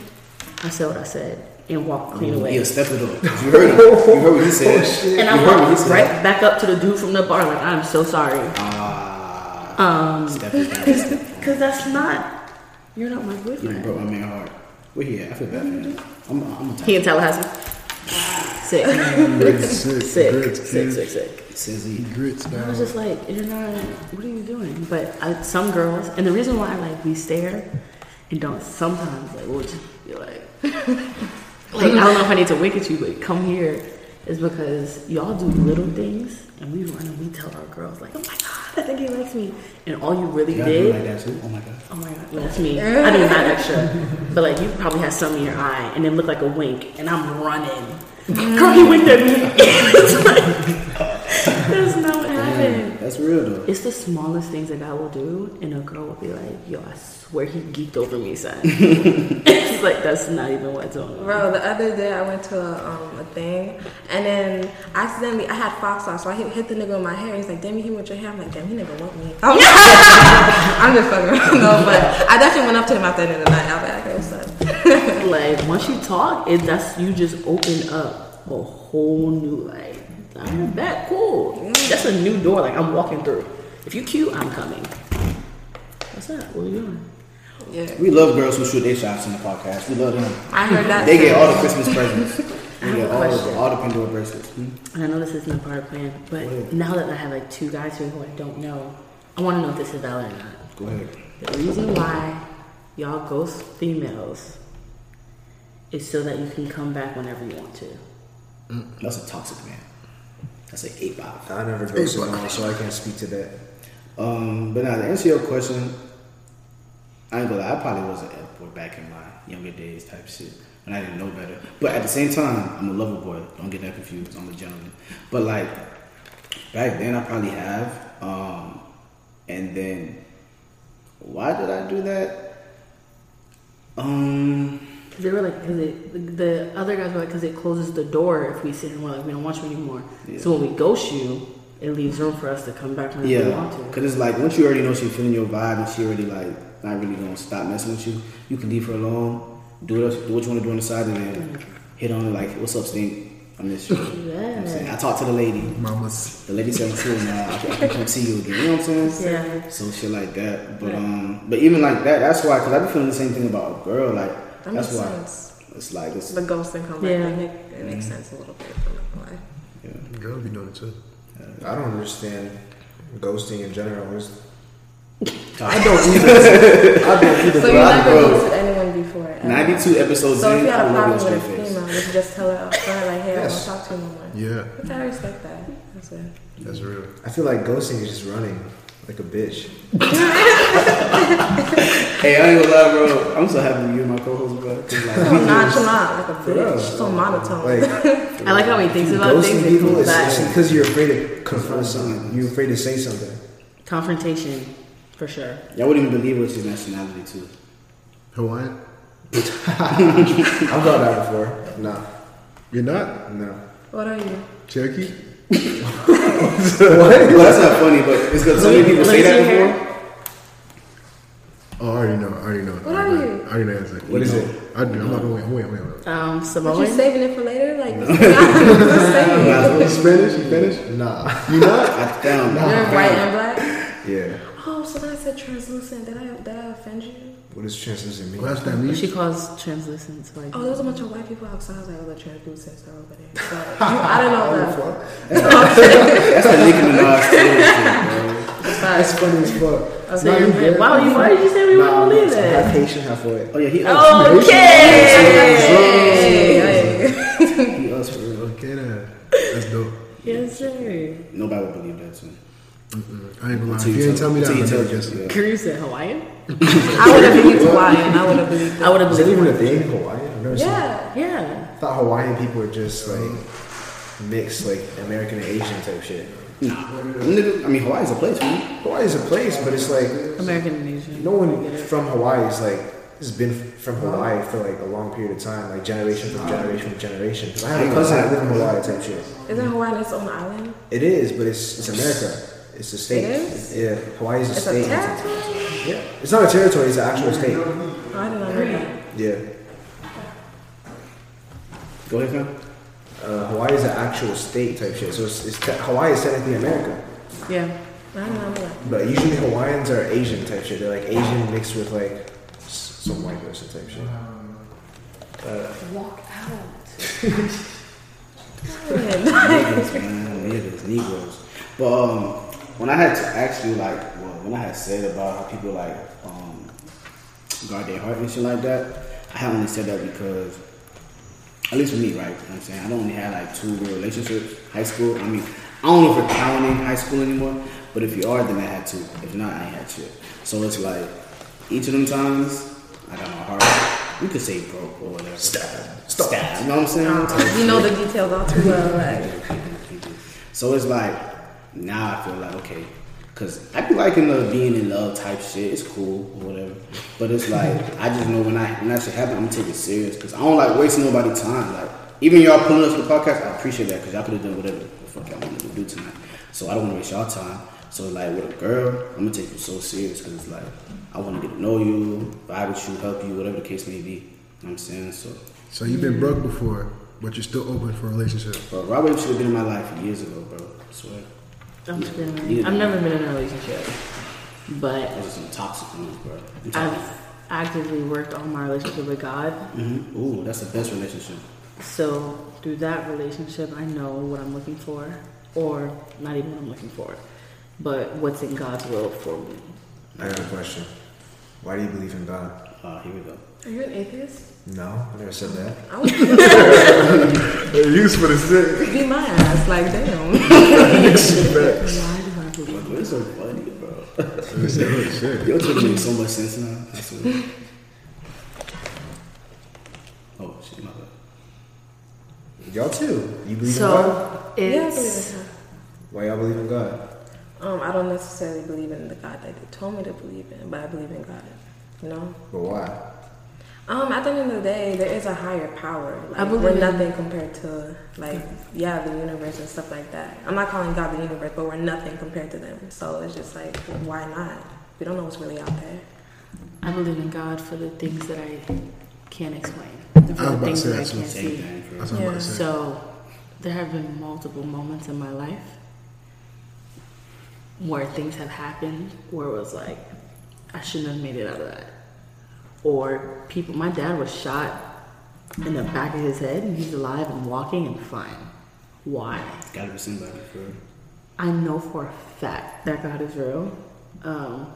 E: I said what I said, and walked clean away.
B: Yeah, step it up. 'Cause You heard him. You heard what he said.
E: And
B: you
E: Oh, I
B: heard what he
E: walked
B: said.
E: right back up to the dude from the bar, like, I'm so sorry.
B: Ah,
E: Um,
B: step it back. Step it
E: because that's not, you're not my
B: You done
E: boyfriend.
B: broke my man heart. Where he at? I feel bad for him. I'm, I'm
E: He in Tallahassee.
B: *laughs*
E: Sick.
A: Grits, sick,
E: sick,
A: grits,
E: sick,
A: dude.
E: sick, sick.
B: sissy.
A: Grits,
E: I was
A: dog.
E: just like, you're not. What are you doing? But I, some girls, and the reason why like we stare and don't sometimes like we'll just be like, *laughs* like I don't know if I need to wink at you, but come here is because y'all do little things and we run and we tell our girls like, oh my god, I think he likes me, and all you really
B: You gotta do it
E: did.
B: like that too. Oh my god.
E: Oh my god, well, that's me. I do not extra.
B: *laughs*
E: But like you probably had some in your eye and it looked like a wink and I'm running. Girl, he winked at me. *laughs* It's like- *laughs* that's not what happened.
B: That's real though.
E: It's the smallest things a guy will do and a girl will be like, yo, I swear he geeked over me, son. it's like that's not even what's on.
C: Bro, the other day I went to a, um, a thing and then accidentally I had fox sauce, so I hit, hit the nigga in my hair. He's like, damn, you hit me with your hair. I'm like, damn, he never want me. I'm, *laughs* I'm just fucking around, no, but I definitely went up to him after the end of the night. I was like, okay, what's up?
E: Like once you talk, it that's you just open up a whole new like I'm back, cool. That's a new door like I'm walking through. If you cute, I'm coming. What's up? What are you doing?
C: Yeah.
B: We love girls who shoot their shots in the podcast. We love them.
C: I heard that.
B: They
C: too.
B: get all the Christmas presents.
E: *laughs* I have
B: Yeah,
E: a
B: all,
E: question.
B: the- all the Pandora bracelets. Hmm?
E: And I know this isn't a part of plan, but now that I have like two guys here who I don't know, I want to know if this is valid or not.
B: Go ahead.
E: The reason why y'all ghost females is so that you can come back whenever you want to.
B: That's a toxic man. That's an eight five.
D: I never go to one, so I can't speak to that.
B: Um, but now to answer your question, I ain't gonna lie, I probably was an F boy back in my younger days type shit. And I didn't know better. But at the same time, I'm a lover boy. Don't get that confused. I'm a gentleman. But like back then I probably have. Um and then why did I do that? Um
E: Because they were like, cause it, the other guys were like, because it closes the door if we sit and we're like, we don't want you anymore. So when we ghost you, it leaves room for us to come back whenever we
B: Yeah,
E: want to.
B: because it's like once you already know she's feeling your vibe and she already like not really gonna stop messing with you, you can leave her alone, do what, else- do what you want to do on the side, and then
C: Mm-hmm.
B: hit on her like, "What's up, stink?" I
C: *laughs*
B: miss you. You know what I'm saying? I talked to the lady.
A: Mama's.
B: The lady said, "I'm cool now. I can I can come see you again." You know what I'm saying?
E: Yeah.
B: So shit like that. But um, but even like that, that's why. Cause I be feeling the same thing about a girl. Like
C: That
B: that's
C: makes
B: why
C: sense.
B: it's like it's
C: The ghost and come back.
E: Yeah.
C: That make, it makes sense a little bit. I'm not gonna lie.
B: yeah.
A: Girls be doing it too.
D: I don't understand ghosting in general. It's-
B: I *laughs* don't.
C: So you
B: black
C: never
B: girl.
C: ghosted anyone before? ever?
B: Ninety-two episodes
C: So if
B: in,
C: you had
B: I
C: a
B: love
C: problem
B: this
C: with a
B: straight face.
C: female, you could just tell her up front, like, hey,
D: Yes.
C: I don't talk to you no more.
A: Yeah,
C: Which I respect that. That's it.
A: that's real.
D: I feel like ghosting is just running like a bitch.
B: Hey, I ain't gonna lie, bro. I'm so happy you and my co-host, bro. 'cause, Like, *laughs*
C: So nonchalant, like a bitch.
D: real.
C: So monotone.
D: Like
E: *laughs* I like how he thinks Oh. about
D: ghosting
E: things and
D: people
E: comes
D: is
E: back.
D: because you're afraid to confront something. You're afraid to say something.
E: Confrontation, for sure.
B: Y'all wouldn't even believe what's his nationality too.
A: Hawaiian?
D: I've gone out before. No,
A: You're not?
D: no.
C: what are you?
A: Cherokee?
B: Well, that's not funny, but it's because so many people say
E: Let me see
B: that
E: her.
B: before.
A: Oh, I already know. I already know.
C: What are you?
A: I already know. Exactly.
D: What is
A: No,
D: it?
A: I do. I'm not going. Wait, wait, wait.
E: Um,
C: But you
E: Samoan.
C: saving it for later? Like, *laughs* just saying.
A: You Spanish? You Spanish?
D: Nah.
A: You not?
B: I found
C: You're white and black?
D: Yeah.
C: Oh, so when I said translucent, did I, did I offend you?
D: What does translucent mean?
A: Well, that's that means.
E: She calls translucent. so Like,
C: Oh, there's a bunch of white people outside. I was like, oh, the translucent stuff over there. So, I don't know
D: Fuck.
B: That's the Nicki Minaj story, shit,
D: That's funny as fuck.
E: so you're black. Wow, you, why did you say we were
D: Nah,
E: gonna
D: I'm
E: leave
D: half
E: that?
D: Haitian, half
B: bro.
D: white.
B: Oh yeah, he us.
E: Okay.
B: He us for real.
A: Okay, then. That's dope.
E: Yes, sir.
B: Nobody would believe that too.
A: I ain't gonna lie. If you didn't tell me that, I
B: Until you
A: never
B: tell-
A: guessed it.
E: Career said Hawaiian.
C: I would have believed Hawaiian. I would have believed
E: I would have
D: Is that
E: believed.
D: even a thing in Hawaii? I've never seen it.
C: Yeah.
E: Yeah.
D: I thought Hawaiian people were just like mixed, like American and Asian type shit.
B: Nah, nigga. I mean, Hawaii's a place, man.
D: Hawaii is a place, but it's like
E: American and Asian.
D: no one from Hawaii is like has been from Hawaii for like a long period of time, like generation from generation from generation. 'Cause I have a cousin that lives in Hawaii type shit.
C: Isn't Hawaiian its own island?
D: It is, but it's it's America. It's a state.
C: It is?
D: Yeah, Hawaii is a
C: It's a
D: state.
C: territory?
D: yeah, it's not a territory. It's an actual state.
C: Oh, I did not know that.
D: Yeah,
B: Go ahead, fam.
D: uh, Hawaii is an actual state type shit. So it's, it's te- Hawaii is technically America,
E: Yeah.
C: I did not know that.
D: but usually Hawaiians are Asian type shit. They're like Asian mixed with like s- some white person type shit.
E: Walk out.
B: Niggas, man. Niggas, Negroes. But um, when I had to actually like, well, when I had said about how people like um, guard their heart and shit like that, I had only said that because, at least for me, right? You know what I'm saying I don't only had like two real relationships. High school. I mean, I don't know if we're counting high school anymore. But if you are, then I had two. If not, I ain't had shit. So it's like each of them times, I got my heart. You could say broke or whatever. Stab. Stab. You know what I'm saying? *laughs*
C: You know the details all too well. Like,
B: So it's like now I feel like okay, because I be liking the being in love type shit. It's cool or whatever, but it's like I just know when I when that shit happen, I'm gonna take it serious because I don't like wasting nobody's time. Like even y'all pulling us for the podcast, I appreciate that because y'all could have done whatever the fuck y'all wanted to do tonight. So I don't want to waste y'all time. So like with a girl, I'm gonna take you so serious because it's like I want to get to know you, vibe with you, help you, whatever the case may be. You know what I'm saying so.
A: So you've been broke before, but you're still open for a relationship.
B: But Rob Wave should have been in my life years ago, bro. I swear.
E: I'm just gonna- I've never been in a relationship, but
B: That was some toxic news, bro. You
E: I've
B: toxic.
E: actively worked on my relationship with God.
B: Mm-hmm. Mhm. Ooh, that's the best relationship.
E: So through that relationship, I know what I'm looking for, or not even what I'm looking for, but what's in God's will for me.
D: I got a question. Why do you believe in God?
B: Uh, here we go.
C: Are you an atheist?
D: No, I never said that.
C: I would *laughs*
A: Use for the sick.
C: be my ass. Like, damn.
E: Why do I believe?
B: Bro, it's so funny, *laughs* bro.
A: Oh, shit.
B: Your Twitter makes so much sense now. I swear. oh shit, my bad.
D: Y'all too. You believe in God?
E: So
C: Yeah, I
E: it's
C: believe in
D: Why y'all believe in God?
C: God. Um, I don't necessarily believe in the God that they told me to believe in, but I believe in God. You know?
D: But why?
C: Um, at the end of the day, there is a higher power. Like,
E: I believe
C: we're
E: in-
C: nothing compared to, like, yeah, the universe and stuff like that. I'm not calling God the universe, but we're nothing compared to them. So it's just like, why not? We don't know what's really out there.
E: I believe in God for the things that I can't explain,
A: I
E: for
A: was
E: the
A: about to
E: things
A: say
E: that I
A: that too.
E: can't
B: Same
E: see.
B: thing. bro.
A: That's what I'm about
C: Yeah.
A: to say.
E: So there have been multiple moments in my life where things have happened where it was like, I shouldn't have made it out of that. Or people, my dad was shot in the back of his head and he's alive and walking and fine. Why?
B: Gotta be somebody, bro.
E: I know for a fact that God is real. Um,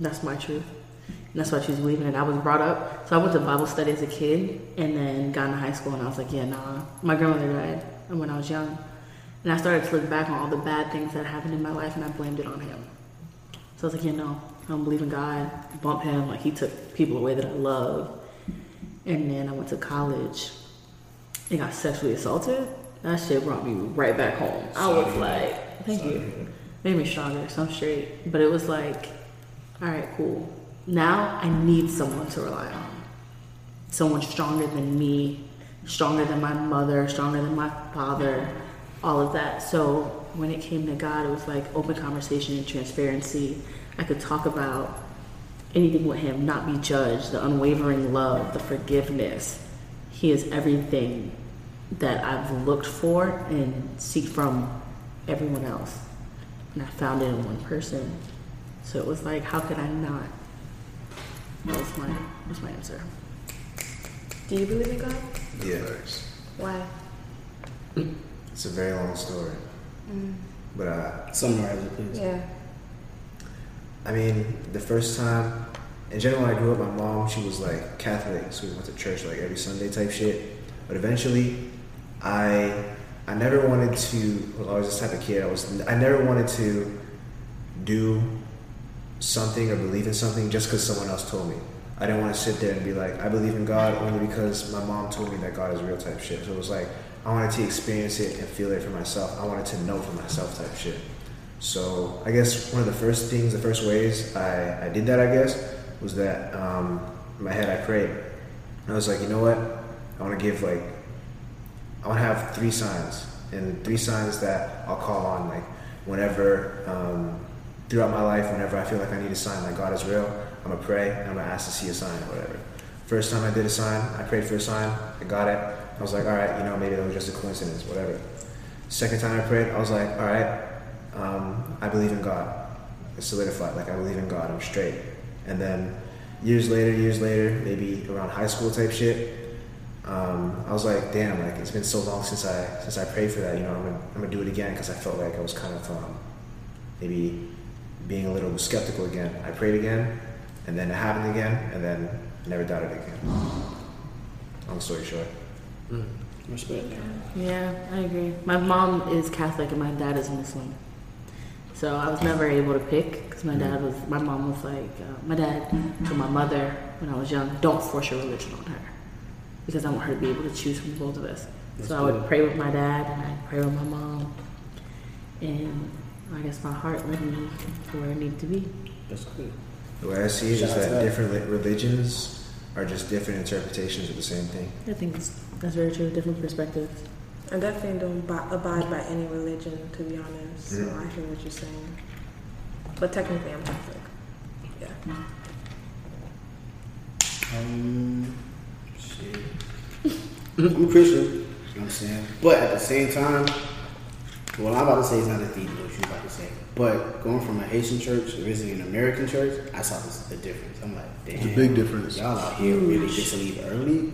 E: that's my truth. And that's why she's believing it. I was brought up, so I went to Bible study as a kid, and then got into high school, and I was like, yeah, nah. My grandmother died when I was young, and I started to look back on all the bad things that happened in my life, and I blamed it on him. So I was like, yeah, no, I don't believe in God. Bump him, like he took people away that I love. And then I went to college and got sexually assaulted. That shit brought me right back home. I was like, thank you. Made me stronger, so I'm straight. But it was like, all right, cool. Now I need someone to rely on. Someone stronger than me, stronger than my mother, stronger than my father, all of that. So when it came to God, it was like open conversation and transparency. I could talk about anything with Him, not be judged, the unwavering love, the forgiveness. He is everything that I've looked for and seek from everyone else. And I found it in one person. So it was like, how could I not? That was my, was my answer.
C: Do you believe in God?
D: Yeah.
C: Why?
D: It's a very long story. But uh,
B: Summarize it, please.
C: Yeah.
D: I mean, the first time, in general, when I grew up, my mom, she was like Catholic, so we went to church like every Sunday type shit. But eventually, I I never wanted to. Well, I was this type of kid. I was I never wanted to do something or believe in something just because someone else told me. I didn't want to sit there and be like, I believe in God only because my mom told me that God is real type shit. So it was like, I wanted to experience it and feel it for myself. I wanted to know for myself type shit. So I guess one of the first things, the first ways I, I did that, I guess, was that um, in my head I prayed. And I was like, you know what? I want to give like I want to have three signs, and three signs that I'll call on like whenever um, throughout my life, whenever I feel like I need a sign, like God is real, I'm gonna pray and I'm gonna ask to see a sign or whatever. First time I did a sign, I prayed for a sign, I got it. I was like, all right, you know, maybe that was just a coincidence, whatever. Second time I prayed, I was like, all right, um, I believe in God. It's solidified, like I believe in God, I'm straight. And then years later, years later, maybe around high school type shit, um, I was like, damn, like it's been so long since I since I prayed for that. You know, I'm gonna, I'm gonna do it again because I felt like I was kind of um, maybe being a little skeptical again. I prayed again, and then it happened again, and then never doubted again. Long story short,
B: Respect.
E: Yeah, I agree. My mom is Catholic and my dad is Muslim. So I was never able to pick because my dad was, my mom was like, uh, my dad told my mother when I was young, don't force your religion on her because I want her to be able to choose from both of us. so I would pray with my dad and I'd pray with my mom. And I guess my heart led me to where I needed to be.
B: That's cool.
D: the way I see it is
B: Shout out to
D: that
B: that.
D: different li- religions are just different interpretations of the same thing.
E: I think that's, that's very true, different perspectives.
C: I definitely don't bi- abide by any religion, to be honest. So I hear what you're saying. But technically, I'm Catholic. Yeah.
B: Um, shit. *laughs* I'm Christian. You know what I'm saying? But at the same time, what I'm about to say is not as deep as what you're about to say. But going from a Haitian church to visiting an American church, I saw this, the difference. I'm like, damn.
A: big difference.
B: Y'all out here really disbelieve early.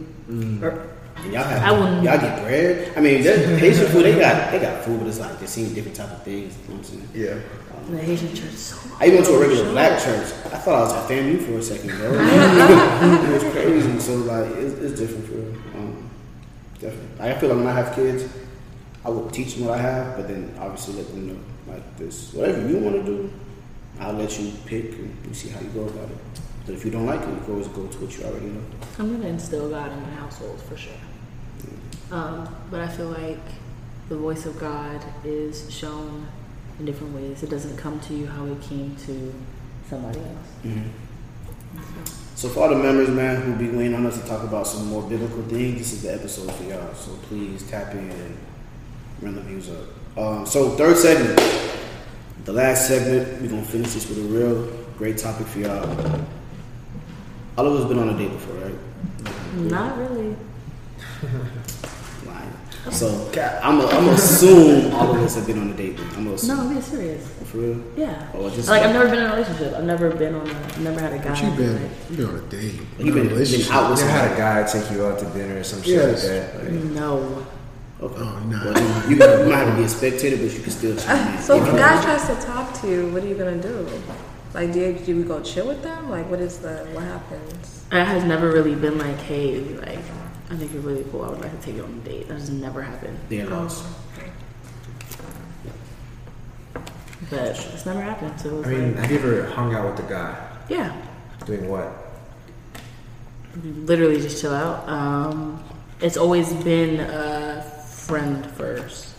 B: Or- Er, And y'all have,
E: Mm. I wouldn't-
B: y'all get bread. I mean, that Haitian food, they got, they got food, but it's like they seem different type of things. You know what I'm saying?
D: Yeah.
E: The Haitian church is so
B: I even went to a regular black church. I thought I was at FAMU for a second, bro. *laughs* it was crazy. So like, it's, it's different for real. Um, definitely. Like, I feel like when I have kids, I will teach them what I have, but then obviously let them know like this. Whatever you want to do, I'll let you pick and you see how you go about it. But if you don't like it, you can always go to what you already know.
E: I'm gonna instill God in my household for sure. Um, but I feel like the voice of God is shown in different ways. It doesn't come to you how it came to somebody else.
B: So for all the members, man, who be waiting on us to talk about some more biblical things, this is the episode for y'all. So please tap in and run the views up. Um, so third segment, the last segment, we're gonna finish this with a real great topic for y'all. All of us been on a date before, right?
E: Not really.
B: Lying. So I'm gonna I'm assume all of us have been on a date. I'm gonna assume
E: No, I'm being serious.
B: for real.
E: Yeah.
B: Oh, just-
E: like I've never been in a relationship. I've never been on. A, I've never had a guy.
A: But you been
E: like-
A: you been on a date.
B: You've
A: in
B: been,
A: a
B: been
A: relationship.
B: out
D: You
B: with
D: ever had a
B: somebody.
D: guy take you out to dinner or some shit
A: Yes.
D: like that? Like,
E: No.
B: Okay.
A: Oh no.
B: Well, you, you might have to be a spectator, but you can still chime in.
C: So if a guy tries to talk to you, what are you gonna do? Like, do you, do you go chill with them? Like, what is the what happens?
E: It has never really been like, hey, like I think you're really cool. I would like to take you on a date. That has never happened.
B: They're lost.
E: But it's never happened. So it's
D: I mean,
E: like,
D: have you ever hung out with a guy
E: yeah.
D: doing what?
E: literally just chill out. Um, it's always been a friend first.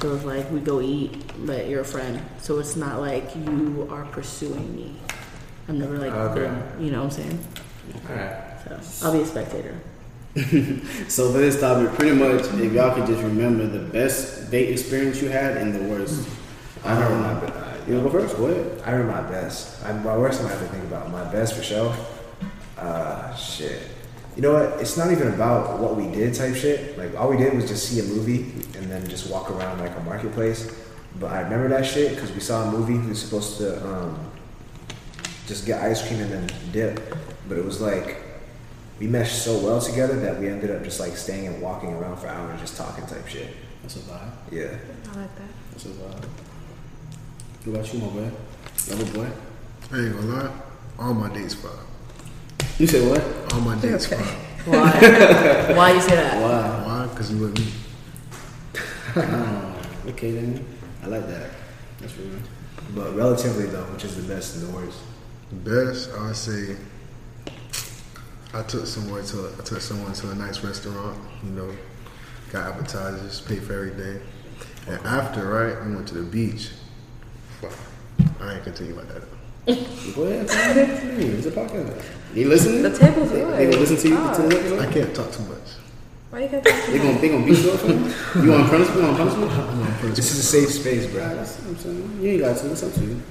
E: So it's like we go eat, but you're a friend. So it's not like you are pursuing me. I've never like
D: Okay.
E: been, you know what I'm saying?
D: All right.
E: So I'll be
C: *laughs*
E: a spectator.
B: So for this topic, pretty much, if y'all could just remember the best date experience you had and the worst.
D: I remember my best.
B: You wanna go first? Go ahead.
D: I remember my best. I, my worst, I have to think about my best for sure. Uh, shit. You know what? It's not even about what we did type shit. Like all we did was just see a movie and then just walk around like a marketplace. But I remember that shit because we saw a movie. We were supposed to um, just get ice cream and then dip. But it was like we meshed so well together that we ended up just like staying and walking around for hours, just talking type shit.
B: That's a vibe.
D: Yeah.
C: I like that.
B: That's a vibe. What about you, my boy? Lover boy?
A: I ain't gonna lie. All my dates fine.
B: You said what?
A: All my dates fine.
E: Why? Why you say that?
B: Wow.
A: Why? Because you with me.
B: Okay then. I like that. That's real.
D: But relatively though, which is the best and the worst.
A: Best, I would say. I took someone to I took someone to a nice restaurant. You know, got appetizers, paid for everything, and after right, we went to the beach. Fuck, I ain't continue my that.
B: Go ahead. tell me. Hmm, It's a podcast. You listening?
C: The table's
B: They-
C: yours.
B: They gonna listen to you to the
C: Oh,
B: episode?
A: I can't talk too much.
C: why you got that?
B: They gonna they gonna beat you up? for it? You want punishment? You want *laughs* punishment?
D: This is a safe space, bro.
B: Yeah, that's what I'm saying. You ain't got to. It's up to you.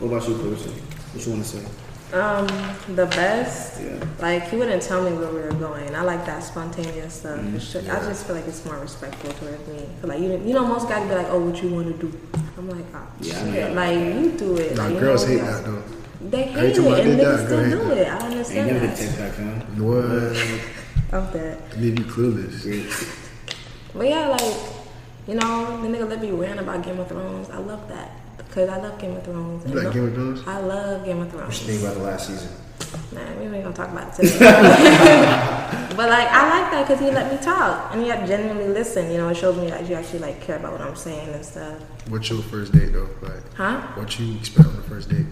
B: What about you, Clarissa? What you wanna say?
C: Um, the best.
B: Yeah.
C: Like he wouldn't tell me where we were going. I like that spontaneous stuff.
A: Mm-hmm.
C: It's ju- I just feel like it's more respectful towards me. Feel like you, you know, most guys be like, "Oh, what you want to do?" I'm like, "Oh,
B: Yeah, I know
C: shit.
B: y'all
C: like you do it."
A: Nah,
C: like, you
A: girls
C: know,
A: hate
C: yeah.
A: that though.
C: They hate
A: Every
C: it,
A: time I
C: and
A: did that,
C: niggas
A: girl
C: still
A: hate
C: do
A: that.
C: it. I don't
B: Ain't never
C: understand
B: been
C: that.
B: taken back, huh?
A: What?
C: Of that.
A: Leave you clueless.
B: Great.
C: But yeah, like, you know, the nigga let me rant about Game of Thrones. I love that. Because I love Game of Thrones.
A: You like
C: And
A: Game of Thrones?
C: I love Game of
D: What you
C: Thrones.
D: think about the last season?
C: Man, we ain't gonna talk about it today. but like, I like that because he let me talk and he had genuinely listen. You know, it shows me that you actually like care about what I'm saying and stuff.
A: What's your first date though? Like,
C: Huh?
A: what you expect on the first date?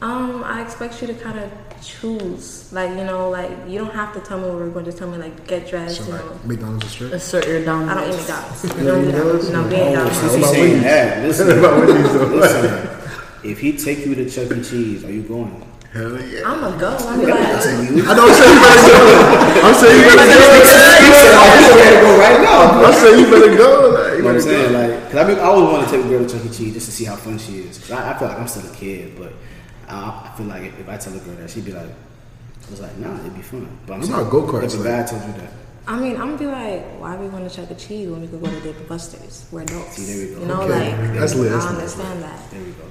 C: Um, I expect you to kind of choose. Like, you know, like you don't have to tell me where we're going. Just tell me like get dressed.
A: So
C: you know,
A: like, McDonald's is
E: *laughs*
A: straight.
E: Assert your
C: I don't eat
E: dominance. *laughs*
C: McDonald's. You don't do that. No, we ain't
B: Oh, since
C: got
B: he's
A: about
B: saying
A: Wendy's?
B: *laughs* that, listen,
A: about Wendy's, though?
B: listen. If he take you to Chuck E. Cheese, are you *laughs* going?
A: Hell yeah.
C: I'm a go. I'm glad.
A: I know I'm saying you better go. I'm saying you better go.
B: go right now.
A: I'm saying you better go. Like,
B: You
A: you
B: know what I'm
A: better
B: saying?
A: go.
B: Like, cause I, mean, I always want to take a girl to Chuck E. Cheese just to see how fun she is. 'Cause I, I feel like I'm still a kid, but I, I feel like if, if I tell a girl that, she'd be like, I was like, nah, it'd be fun. But I'm
A: It's not go-karts,
B: If a
A: like-
B: guy told you that,
C: I mean, I'm gonna be like, why we want to check a cheese when we could go to Dave Buster's? We're adults.
B: See, there we go.
C: You know,
A: Okay.
C: like
A: That's lit.
C: I
A: That's
C: don't
A: lit.
C: understand that.
B: there we go.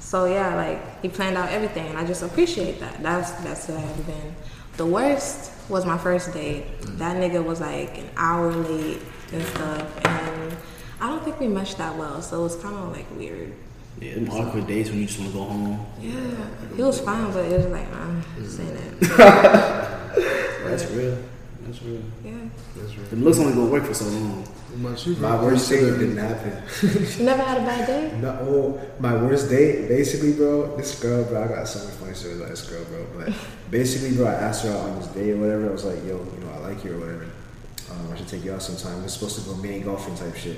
C: So yeah, like he planned out everything, and I just appreciate that. That's that's what I've been The worst was my first date.
D: Mm.
C: That nigga was like an hour late and stuff, and I don't think we meshed that well, so it was kind of like weird.
B: Yeah, them awkward days when you just want to go home.
C: Yeah, he was fine, but it was like, nah, I'm
D: Mm.
C: saying
D: *laughs*
C: that.
B: That's real. That's real.
C: Yeah,
B: The looks only gonna work for so long.
A: What about you,
D: My
A: bro?
D: worst
A: You
D: date
A: said-
D: didn't happen. *laughs*
C: you never had a bad day.
D: No, oh, my worst date, basically, bro. This girl, bro. I got so many funny stories about this girl, bro. But basically, bro, I asked her out on this date or whatever. I was like, yo, you know, I like you or whatever. Um, I should take you out sometime. We're supposed to go mini golfing type shit.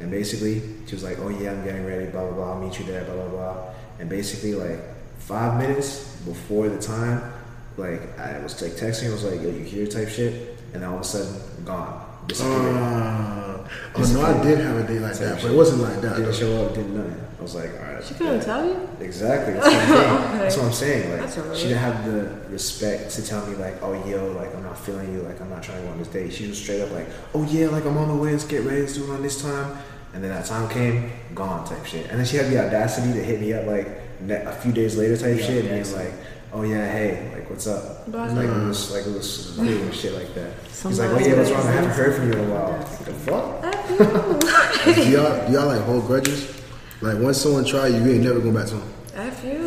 D: And basically, she was like, oh yeah, I'm getting ready, blah blah blah. I'll meet you there, blah blah blah. And basically, like five minutes before the time, like I was like texting. I was like, yo, you here? Type shit. And all of a sudden, gone. Disappeared.
A: Uh, oh no, I did have a day like that, but it wasn't like that.
D: didn't
A: though.
D: show up. Didn't nothing. I was like, all right.
C: She couldn't tell you. *laughs*
D: Exactly. That's what I'm saying. That's what I'm saying. Like
C: That's all
D: she didn't have the respect to tell me like, oh yo, like I'm not feeling you, like I'm not trying to go on this date. She was straight up like, oh yeah, like I'm on the way, let's get ready, let's do it on this time. And then that time came, gone type shit. And then she had the audacity to hit me up like ne- a few days later type shit, and being like, oh yeah, hey, like what's up?
C: Bye.
D: Like it was like it was cool and shit like that. He's like,
E: Somebody
D: oh yeah, what's wrong? I
E: is
D: haven't heard from you in a while. Like, the fuck?
C: F
A: Do
C: you. *laughs*
A: y'all, do y'all like hold grudges? Like once someone try you, you ain't never going back to them.
C: F you.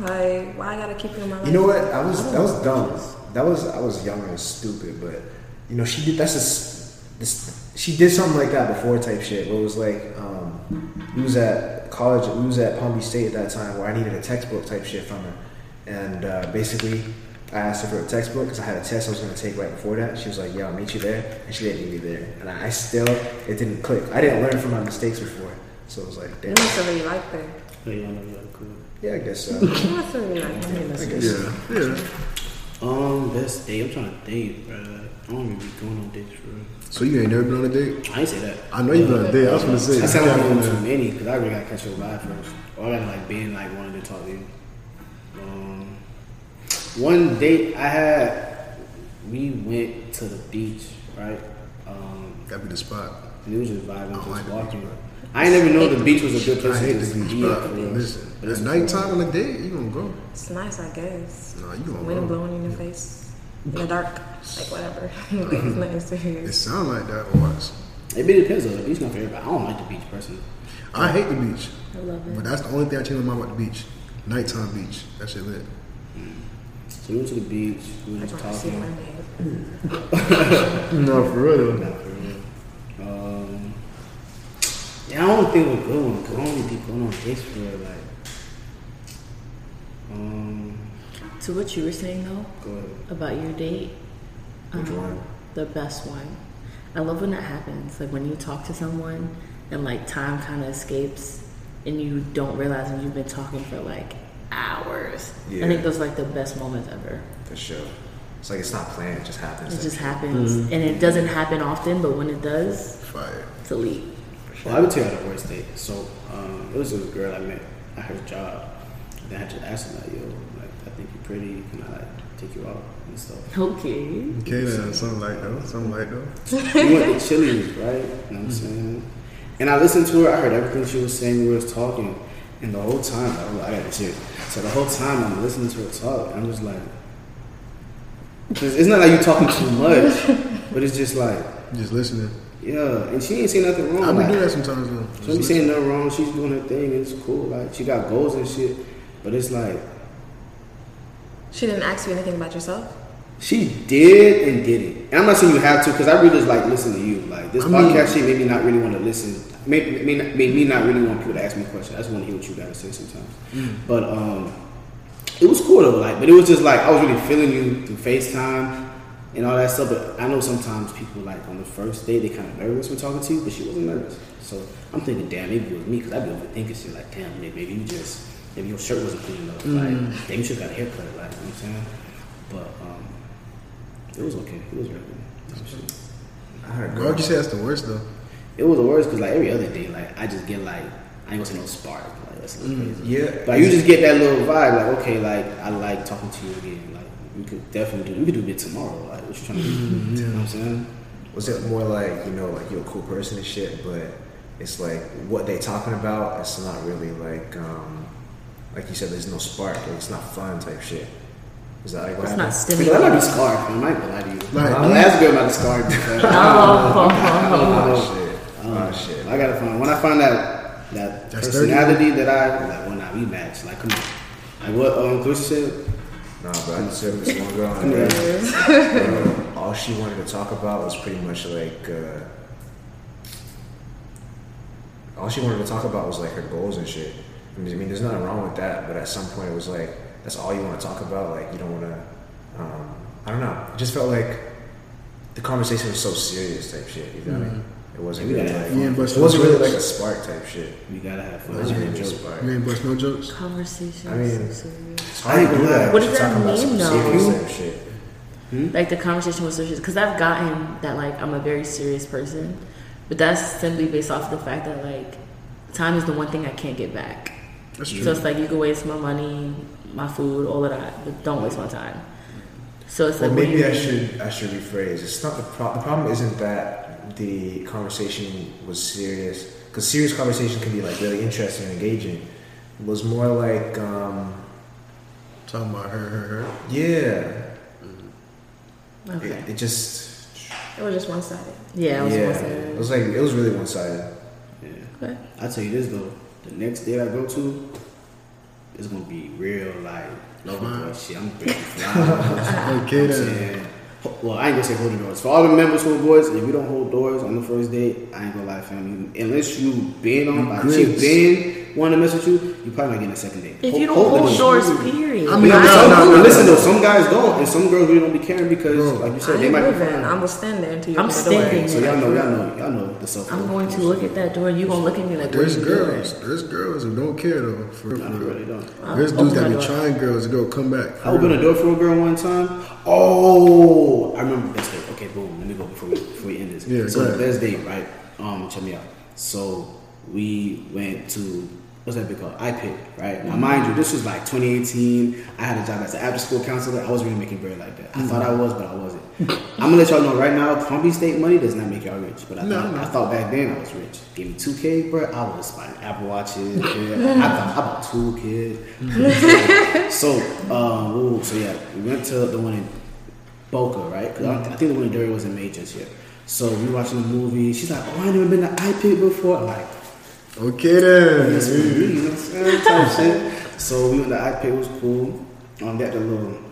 C: Like, why I gotta keep you in my life?
D: You know what? I was that was dumb. That was I was young and stupid, but you know she did. That's just this. She did something like that before, type shit. Where it was like, um, we was at college. We was at Palm Beach State at that time, where I needed a textbook type shit from her, and uh, basically. I asked her for a textbook because I had a test I was going to take right before that. She was like, "Yeah, I'll meet you there," and she didn't meet me there. And I still, it didn't click. I didn't learn from my mistakes before, so it was like,
C: You
D: "Damn,
C: must have really liked her.
B: But you don't know, cool.
D: yeah, I guess so."
C: You must have really liked her.
D: I guess so.
A: Yeah, yeah.
B: Um, best date. I'm trying to think, bro. I don't even be going on dates, bro.
A: So you ain't never been on a date?
B: I ain't say that.
A: I know you've been on a date. I was gonna say.
B: I sound like
A: Yeah,
B: I'm going
A: man.
B: too many because I really gotta catch your vibe first. Or I gotta like be in like wanting to talk to you. Um, one date I had, we went to the beach, right? Um,
A: That'd be the spot.
B: and it was just vibing, just
A: like Oh, the
B: walking. I ain't never know the beach was a good
A: I
B: place
A: hate
B: to
A: the
B: just
A: beach,
B: be.
A: but
B: for real.
A: listen,
B: But
A: at
B: it's
A: nighttime on a date, you gonna go?
C: It's nice, I guess.
A: Nah, you gonna
C: Wind
A: go.
C: blowing in your face. In the dark. Like, whatever. *laughs* like, it's nothing
A: It
C: serious.
A: sound like that, or it's-
B: It really depends though. The beach not for everybody. I don't like the beach personally.
A: I hate the beach,
C: I love
A: but
C: it.
A: that's the only thing I change my mind about the beach. Nighttime beach, that shit lit.
B: So we went to the beach. We were
C: I
B: just
C: just want to see my
B: talking.
C: name.
A: No, Oh, for real.
B: Not for real. Um, yeah, I don't think we're good one. Cause I don't really be going on dates for real, like. Um,
E: To what you were saying though
B: go ahead.
E: about your date,
D: Which
E: um,
D: one?
E: the best one. I love when that happens. Like when you talk to someone and like time kind of escapes and you don't realize that you've been talking for like hours.
D: Yeah.
E: I think those are like the best moments ever.
D: For sure. It's like it's not planned, it just happens.
E: It just happens, and it doesn't happen often, but when it does,
A: Fire.
E: it's elite.
B: Well, I would tell you the worst date. So um, it was this girl I met at her job. And I had to ask her like, yo, like I think you're pretty. Can I like take you out and stuff?
E: Okay.
A: Okay, then something like that. Something like that. *laughs*
B: we went to Chili's, right? You know what
A: Mm-hmm.
B: I'm saying? And I listened to her. I heard everything she was saying. We was talking, and the whole time, I, was like, I got this here. So the whole time I'm listening to her talk, I'm just like, 'cause it's not like you talking too
A: *laughs*
B: much, but it's just like,
A: Just listening.
B: yeah. And she ain't saying nothing
E: Oh,
B: wrong.
A: I be
B: like,
A: doing that sometimes though.
B: she
A: Just
B: ain't
A: listen.
B: saying nothing wrong. She's doing her thing. And it's cool. Like she got goals and shit, but it's like
C: She didn't ask you anything about yourself?
B: She did and didn't. And I'm not saying you have to, because I really just like listen to you. Like this
A: I mean-
B: podcast shit made me not really want to listen. Made, made, made me not really want people to ask me questions. I just want to hear what you gotta say sometimes.
A: Mm.
B: But um, it was cool though. Like, but it was just like I was really feeling you through FaceTime and all that stuff. But I know sometimes people like on the first day they kind of nervous when talking to you, but she wasn't nervous. So I'm thinking, damn, maybe it was me because I'd be overthinking shit. Like, damn, maybe you just maybe your shirt wasn't clean enough. Like,
A: Mm.
B: damn, you should got a haircut. Like, you know what I'm saying. But um, it was okay. It was really good.
D: I had a
A: Why
D: girl.
A: would you say that's the worst though?
B: It was the worst because like every other day, like I just get like I ain't gonna say no spark. Like that's not crazy.
D: Yeah.
B: But you just get that little vibe, like okay, like I like talking to you again. Like we could definitely do, we could do a bit tomorrow. Like what you trying to do?
D: Mm-hmm.
B: You know what I'm saying?
D: was it more like you know like you're a cool person and shit, but it's like what they talking about. It's not really like um like you said. There's no spark. Like, it's not fun type shit. Is that like what
E: It's
D: happened?
E: not
B: Because I
E: stimulating.
B: might be scarred. I might be lie to
A: Like,
B: you. My last girl might be scarred.
D: *laughs*
B: because-
D: Oh, shit. Oh, shit.
B: I gotta find when I find out that
A: That's
B: personality that I like. Well, not we match. Like, come on. Like what? Um, Chris said.
D: Nah, but I just served this one girl on
B: Yeah.
D: Bro, *clears throat* all she wanted to talk about was pretty much like uh, all she wanted to talk about was like her goals and shit. I mean, I mean, there's nothing wrong with that, but at some point it was like that's all you want to talk about. Like you don't want to. Um, I don't know. It just felt like the conversation was so serious type shit. You know what I mean? It wasn't
B: We
D: really
B: gotta
D: like
B: have
A: fun. Yeah, but
D: it wasn't really
A: sometimes-
D: like a spark type shit.
B: You gotta have
D: It
B: fun.
D: wasn't really a
B: If
D: spark.
A: You ain't bust no jokes.
E: Conversations.
D: I mean-
E: so serious.
D: It's hard to do that.
E: What
D: if
E: does
D: you're
E: that
D: talking about
E: mean,
D: some
E: though?
D: serious type shit.
E: like the conversation was serious because I've gotten that like I'm a very serious person, but that's simply based off the fact that like time is the one thing I can't get back.
A: That's
E: So
A: true.
E: it's like you can waste my money, my food, all of that, but don't waste my time. So it's
D: Well,
E: like what do
D: maybe
E: you
D: I
E: mean?
D: should I should rephrase. It's not the problem. The problem isn't that the conversation was serious, because serious conversation can be like really interesting and engaging. It was more like, um,
A: Talking about her, her, her.
D: yeah,
E: Okay.
D: it, it just
C: It was just one sided.
E: Yeah, I was
D: yeah,
E: supposed to.
D: it was like it was really one sided.
E: Okay.
B: I tell you this though, the next day I go to, it's gonna be real like local boy shit. I'm gonna be fly.
A: Okay,
B: I'm
A: then.
B: saying- Well, I ain't gonna say hold the doors. For all the members who are boys, if we don't hold doors on the first date, I ain't gonna lie, fam. You, unless you been on, like she
A: Grits.
B: been wanting to mess with you, you probably not getting a second date.
E: If you don't hold,
B: the
E: doors,
B: shoe.
E: period.
A: I mean,
B: But
A: no,
B: some-
A: no, no,
B: but
A: no.
B: listen though, some guys don't, and some girls really don't be caring because,
A: Bro.
B: like you
C: I
B: said, they might be fine.
C: I'm gonna stand there until you
E: I'm
C: open the door.
E: standing
B: so y'all know, y'all know, y'all know the self.
E: I'm going to look at that door and you gonna look at me like what are
A: There's
E: you
A: girls.
E: doing?
A: There's girls who don't care though. For,
B: I really
A: for
B: don't.
A: there's dudes
E: Open
A: that
E: my
A: be
E: door.
A: trying girls to go come back.
B: I opened a door for a girl one time. Oh, I remember best date. Okay, boom. Let me go before we, before we end this.
A: Yeah,
B: so
A: go
B: the
A: ahead.
B: best date, right? Um, check me out. So we went to what's that bit called? iPick, right? Now, mind you, this was like 2018. I had a job as an after-school counselor. I wasn't really making bread like that. I thought I was, but
A: *laughs*
B: I wasn't. I'm gonna let y'all know right now. Columbia State money does not make y'all rich, but I
A: No,
B: thought
A: no.
B: I thought back then I was rich. Give me 2K, bro. I was buying Apple watches. yeah.
A: *laughs*
B: I thought I bought two kids. So, um, ooh, so yeah, we went to the one in Boca, right? 'Cause
E: Mm-hmm.
B: I, I think the one in Derry was in Majors here. So we watching the movie. She's like, "Oh, I ain't never been to IPIC before." I'm like,
A: Okay then.
B: "That's for me," you know what I'm saying? Type shit. So we went to IPIC. It was cool. Um, they had the little.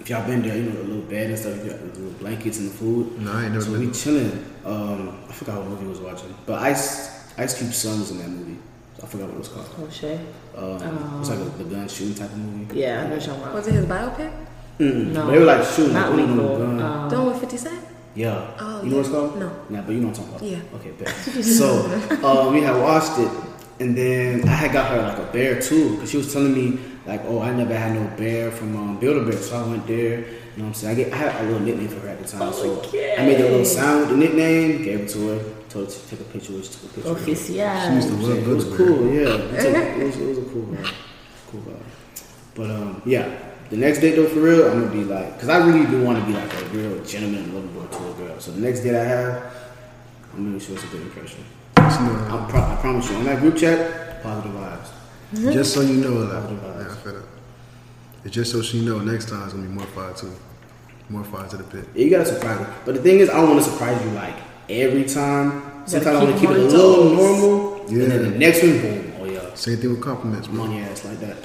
B: If y'all been there, you know the little bed and stuff. You got the little blankets and the food.
A: No, I ain't never
B: So
A: been
B: we chilling. Um, I forgot what movie I was watching, but Ice Ice Cube Son was in that movie. I forgot what it was called.
E: Oh shit.
B: Um, it's like a, the gun shooting type of movie.
E: Oh.
B: Mm-hmm.
E: Yeah, I know what you're talking about.
C: Was it his biopic?
E: No.
B: They were like
A: Oh,
B: shooting.
E: Not
B: like, ooh,
E: lethal.
B: gun.
E: Um,
C: The one with 50 Cent?
B: Yeah.
C: Oh,
B: you know what it's
C: yeah.
B: called?
C: No.
B: Nah, but you know what I'm talking about.
C: Yeah.
B: Okay,
C: *laughs*
B: bet. so uh, we had watched it, and then I had got her like a bear too, because she was telling me like, oh, I never had no bear from um, Build a Bear, so I went there. You know what I'm saying? I get I had a little nickname for her at the time, so I made a little sound with the nickname, gave it to her, told her to take a picture, which took a picture. with her.
A: She used to
B: Yeah,
E: Official.
A: love
B: it was
A: Build-A-Bear.
B: cool. Yeah, it was, *laughs* a, it was, it was a cool vibe. Cool vibe. But um, yeah, the next day though, for real, I'm gonna be like, cause I really do want to be like a real gentleman lover boy to a girl. So the next date I have, I'm gonna show us a good impression.
A: Just, know-
B: I'm pro- I promise you, on that group chat, positive vibes.
A: just so you know, like, yeah, I feel that. It's just so she know next time it's gonna be more fire too. More fire to the pit.
B: Yeah, you gotta surprise me. But the thing is, I don't want to surprise you like every time. Sometimes I want to
E: keep
B: keep it a
E: them on
B: little
E: your toes.
B: normal. Yeah. And
A: Yeah.
B: then the next one, boom, oh yeah.
A: Same thing with compliments, bro.
B: Money ass like that.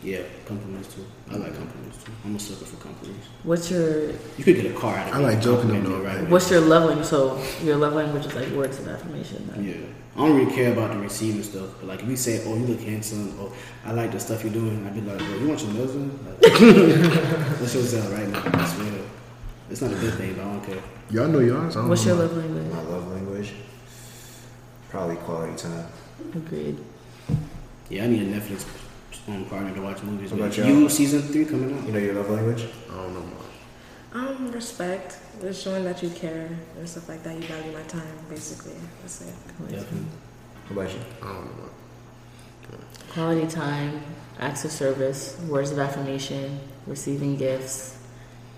B: Yeah, compliments too. I like compliments too. I'm a sucker for compliments.
E: What's your
B: You could get a car out of
A: I
B: it.
A: like joking them,
B: Compliment
A: though.
B: it,
E: What's your love language? So your love language is like words of affirmation. Then.
B: Yeah. I don't really care about the receiving stuff, but like if you say, "Oh, you look handsome," or "I like the stuff you're doing," I'd be like, "Bro, you want your nails done?
E: *laughs*
B: Like, what's your sell right now? I swear, it's not a good thing, but I don't care."
A: Y'all know yours. I don't
E: What's
A: know
E: your
A: mine.
E: love language?
D: My love language, probably quality time.
E: Agreed.
B: Yeah, I need a Netflix um, partner to watch movies.
D: What
B: With.
D: about y'all?
B: You season three coming
D: You
B: out?
D: know your love language.
A: I don't know. Mine.
C: Um, respect. Just showing that you care and stuff like that. You value my time, basically. That's
E: *laughs*
C: it.
B: Definitely.
D: What about you?
A: I don't know. Mine.
E: Quality time, acts of service, words of affirmation, receiving gifts,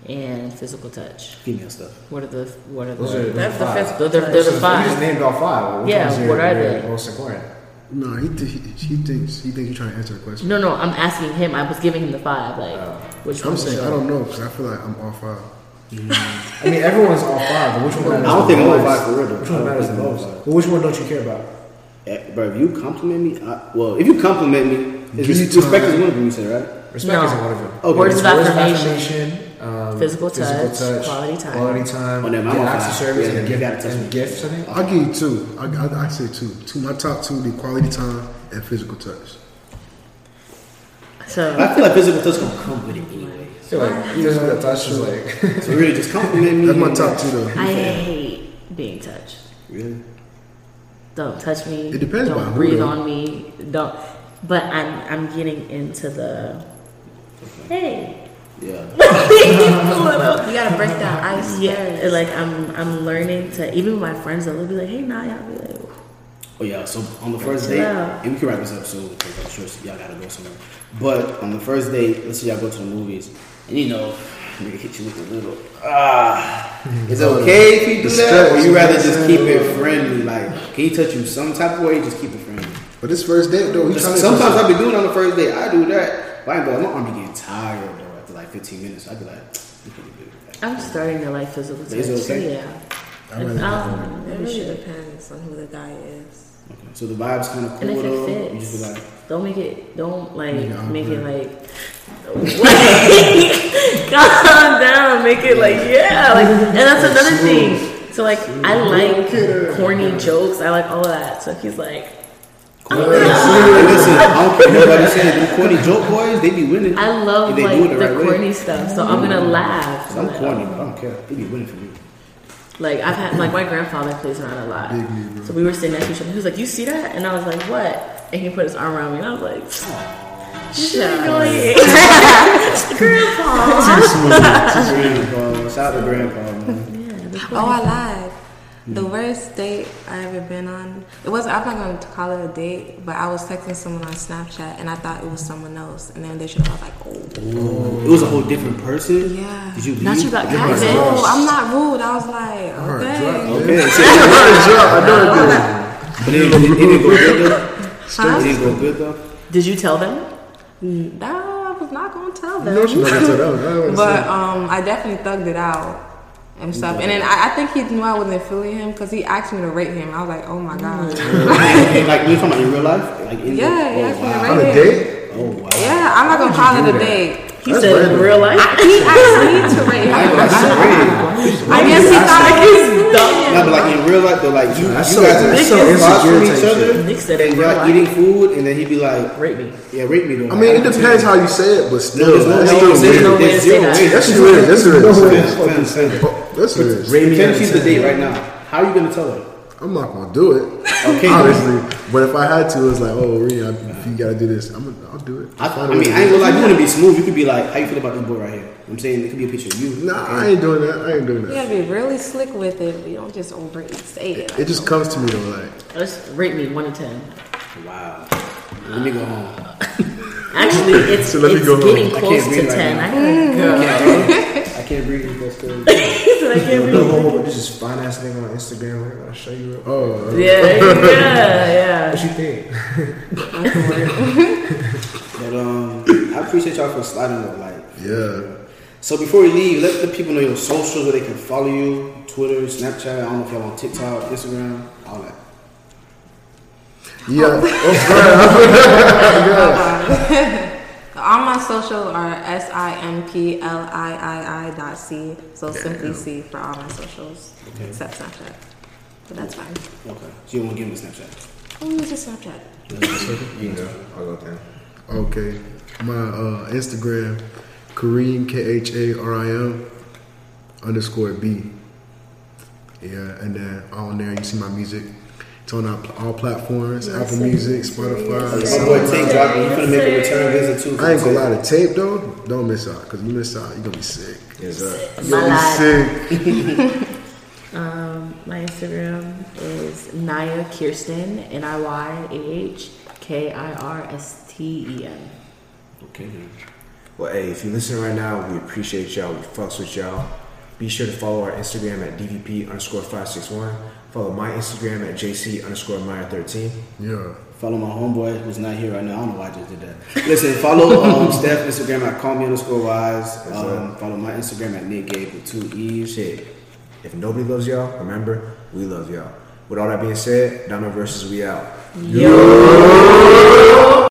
E: and physical touch.
B: Female stuff.
E: What are the What are
D: Those are
E: the
C: That's the
D: five.
C: fifth.
E: They're, they're, they're the
D: You just
E: five.
D: named all five. Which
E: Yeah,
D: one's your-
E: what are
D: your
E: they?
D: Most important.
A: No, he, th- he, he thinks he thinks you're trying to answer the question.
E: No, no, I'm asking him. I was giving him the five. Like, which
A: I'm
E: one
A: saying
E: should-
A: I don't know because I feel like I'm uh, all five.
D: I mean, everyone's all five, but which one matters
B: I don't
D: the
B: think I'm
D: most?
B: all five for real, though.
D: Which one
B: I don't
D: matters the
B: think I'm all
D: most?
B: five.
D: Well, which one don't you care about?
B: Eh, But if you compliment me, I, well, if you compliment me, it's
A: Give me
B: res- respect
A: time.
B: is one of them. You said right?
D: Respect
E: No.
D: isn't one of them.
B: Okay.
E: Words
D: Words
E: of
D: of
E: affirmation.
D: affirmation, um,
E: Physical touch, quality time.
D: quality time,
B: Oh, never mind,
D: yeah,
B: I'm all
D: acts of
B: five.
D: service,
B: Yeah,
D: and,
B: you
D: gift,
B: gotta touch me.
D: and gifts. I think.
A: I'll give you two. I I, I say two. Two. My top two: the quality time and physical touch.
E: So
B: I feel like physical touch gonna come with it anyway.
D: I feel like physical touch is like *laughs*
B: So really, just compliment me.
A: That's my top two though.
E: I hate being touched.
B: Really?
E: Don't touch me.
A: It depends
E: Don't
A: by who,
E: breathe
A: though.
E: on me. Don't. But I'm I'm getting into the. Hey.
B: Yeah.
C: You gotta break that ice.
E: Yeah.
C: first.
E: Like I'm I'm learning to even with my friends that will be like, hey, nah, y'all be like,
B: Oh yeah, so on the first
E: Chill
B: date,
E: out.
B: and we can wrap this up soon because I'm sure y'all gotta go somewhere. But on the first date, let's say y'all go to the movies, and you know, nigga hit you with a little ah. Is it okay if he do that, or you rather just keep it friendly? Like, can he touch you some type of way? Just keep it friendly.
A: But this first date though, he trying to
B: Sometimes I be doing it on the first date. I do that, but I go. My arm be getting tired though after like 15 minutes. I be like, you could do that.
E: I'm starting to like physical touch.
B: Is it okay?
E: So yeah.
A: I really
E: um,
C: It
E: we
C: really
E: should.
C: depends on who the guy is.
B: Okay. So the vibes kind of
E: And
B: cool
E: if
B: though.
E: it
B: uh, You just be
E: fits,
B: like,
E: don't make it. Don't like
A: Yeah,
E: make it
A: I'm
E: like. *laughs* calm down. Make it like yeah. Like and that's another thing. So like I like corny jokes. I like all of that. So if he's like,
B: Hey, Listen, I don't care nobody said them corny joke boys, they be winning.
E: I love
B: If they do
E: like
B: it the,
E: the
B: right way.
E: corny stuff. So I'm gonna laugh.
B: I'm corny, but I don't care. They be winning *laughs* for me.
E: Like I've had like my grandfather plays around a lot.
A: Big me, bro.
E: So we were sitting next to each other. He was like, "You see that?" And I was like, "What?" And he put his arm around me, and I was like,
C: Shut up.
E: "Grandpa."
B: Grandpa, shout out to grandpa. Man.
E: Yeah, the
C: Oh, I lied. The
B: mm.
C: worst date I ever been on. It wasn't. I'm not going to call it a date, but I was texting someone on Snapchat, and I thought it was someone else, and then they should have like, oh,
B: It was a whole different person.
C: yeah.
B: Did you leave?
E: Not you got
B: Yeah.
E: caught.
C: No, I'm not rude. I was like,
B: *laughs*
C: okay.
B: Okay, so you But it didn't, it didn't go good though. It
C: Huh?
B: didn't go good though.
E: Did you tell them?
C: No, I was not going to tell
A: No, she
B: *laughs*
C: them.
A: not gonna tell that. I wouldn't
C: But
A: say.
C: um, I definitely thugged it out. And stuff, and then I, I think he knew I wasn't feeling him because he asked me to rate him. I was like, "Oh my
B: Mm.
C: god,
B: like we talking about in real life? Like in
C: Yeah,
B: the,
C: yeah,
B: oh,
C: it's in
B: wow.
A: on a date,
B: oh wow.
C: yeah, I'm not gonna call it a date."
E: He
A: That's
E: said in
A: random.
E: real life.
C: He asked me to rate him.
B: I, that's great.
C: I guess he thought I was feeling
B: Yeah,
C: him.
B: but like in real life though, like you, you guys
D: That's so-
B: are
D: that's
B: so
D: so
B: across from
D: insecure
B: each
D: type
B: other,
E: Nick said
B: and
E: in real
B: y'all
E: life.
B: eating food, and then he'd be like,
E: Rape me.
B: "Yeah, rape me." Though.
A: I mean, it depends how you say it, but still,
B: There's no
A: that's
B: way
A: still
B: to say
A: weird.
B: that.
E: no way to
B: There's
E: say
B: zero
E: that.
B: way.
A: That's weird. That's weird. That's
B: Fence,
A: weird.
B: fence, fence.
A: Oh, That's weird.
D: Rate me out
B: Fence,
D: of
B: she's
D: 10.
B: the date right now. How are you gonna tell her?
A: I'm not gonna do it.
B: Okay.
A: Honestly, but if I had to, it's like, oh, Ree, I, if you gotta do this, I'm gonna, I'll do it.
B: I,
A: Find
B: I
A: a way
B: mean,
A: to
B: I
A: do
B: ain't
A: it.
B: gonna lie. You wanna be smooth. You could be like, "How you feel about this boy right here?" I'm saying it could be a picture of you.
A: Nah, I ain't doing that. I ain't doing
C: You
A: that.
C: gotta be really slick with it. but You don't just over say it.
A: It just comes to me though, like,
E: Let's rate me one to ten.
B: Wow. Let me go home.
A: *laughs*
E: Actually, it's
A: So let me
E: it's
A: go home.
E: getting
B: I can't
E: close to
B: read right
E: ten.
B: now.
E: I
A: *laughs*
E: can't
B: I can't breathe with that story.
E: I can't
D: the whole this is fine ass thing on Instagram. We're gonna show you. Real-
A: oh,
E: Yeah,
A: *laughs*
E: yeah, yeah.
D: what you think?
B: But um, I appreciate y'all for sliding up. Like,
A: yeah.
B: So before we leave, let the people know your socials where they can follow you, Twitter, Snapchat. I don't know if y'all on TikTok, Instagram, all that.
A: Yeah. Oh,
C: *laughs* All my social are s i m p l i i i dot c. So simply c for all my socials
B: Okay.
C: except Snapchat. But that's fine.
B: Okay. So you don't want to give them a Snapchat.
C: I don't use a Snapchat.
D: You can go. I'll go down.
A: okay. My uh, Instagram, Kareem K H A R I M underscore B. Yeah, and then on there you see my music. It's on our, all platforms: Apple Music, Spotify.
B: My boy Tank dropping. You finna make a return visit too.
A: I ain't gonna lie, the tape though, don't miss out because you miss out, you gonna be sick.
D: Yes, sir.
A: you gonna
E: My
A: be sick.
E: Um, my Instagram is Naya Kirsten. N i y a h k i r s t e n.
B: Okay. man.
D: Well, hey, if you listen right now, we appreciate y'all. We fucks with y'all. Be sure to follow our Instagram at DVP underscore 561. Follow my Instagram at JC underscore Meyer 13.
A: Yeah.
B: Follow my homeboy who's not here right now. I don't know why I just did that. Listen, follow um, Steph Instagram at call me underscore wise. Um, follow my Instagram at Nick Gabe with two E's.
D: Shit. If nobody loves y'all, remember, we love y'all. With all that being said, Diamond versus we out.
E: Yo.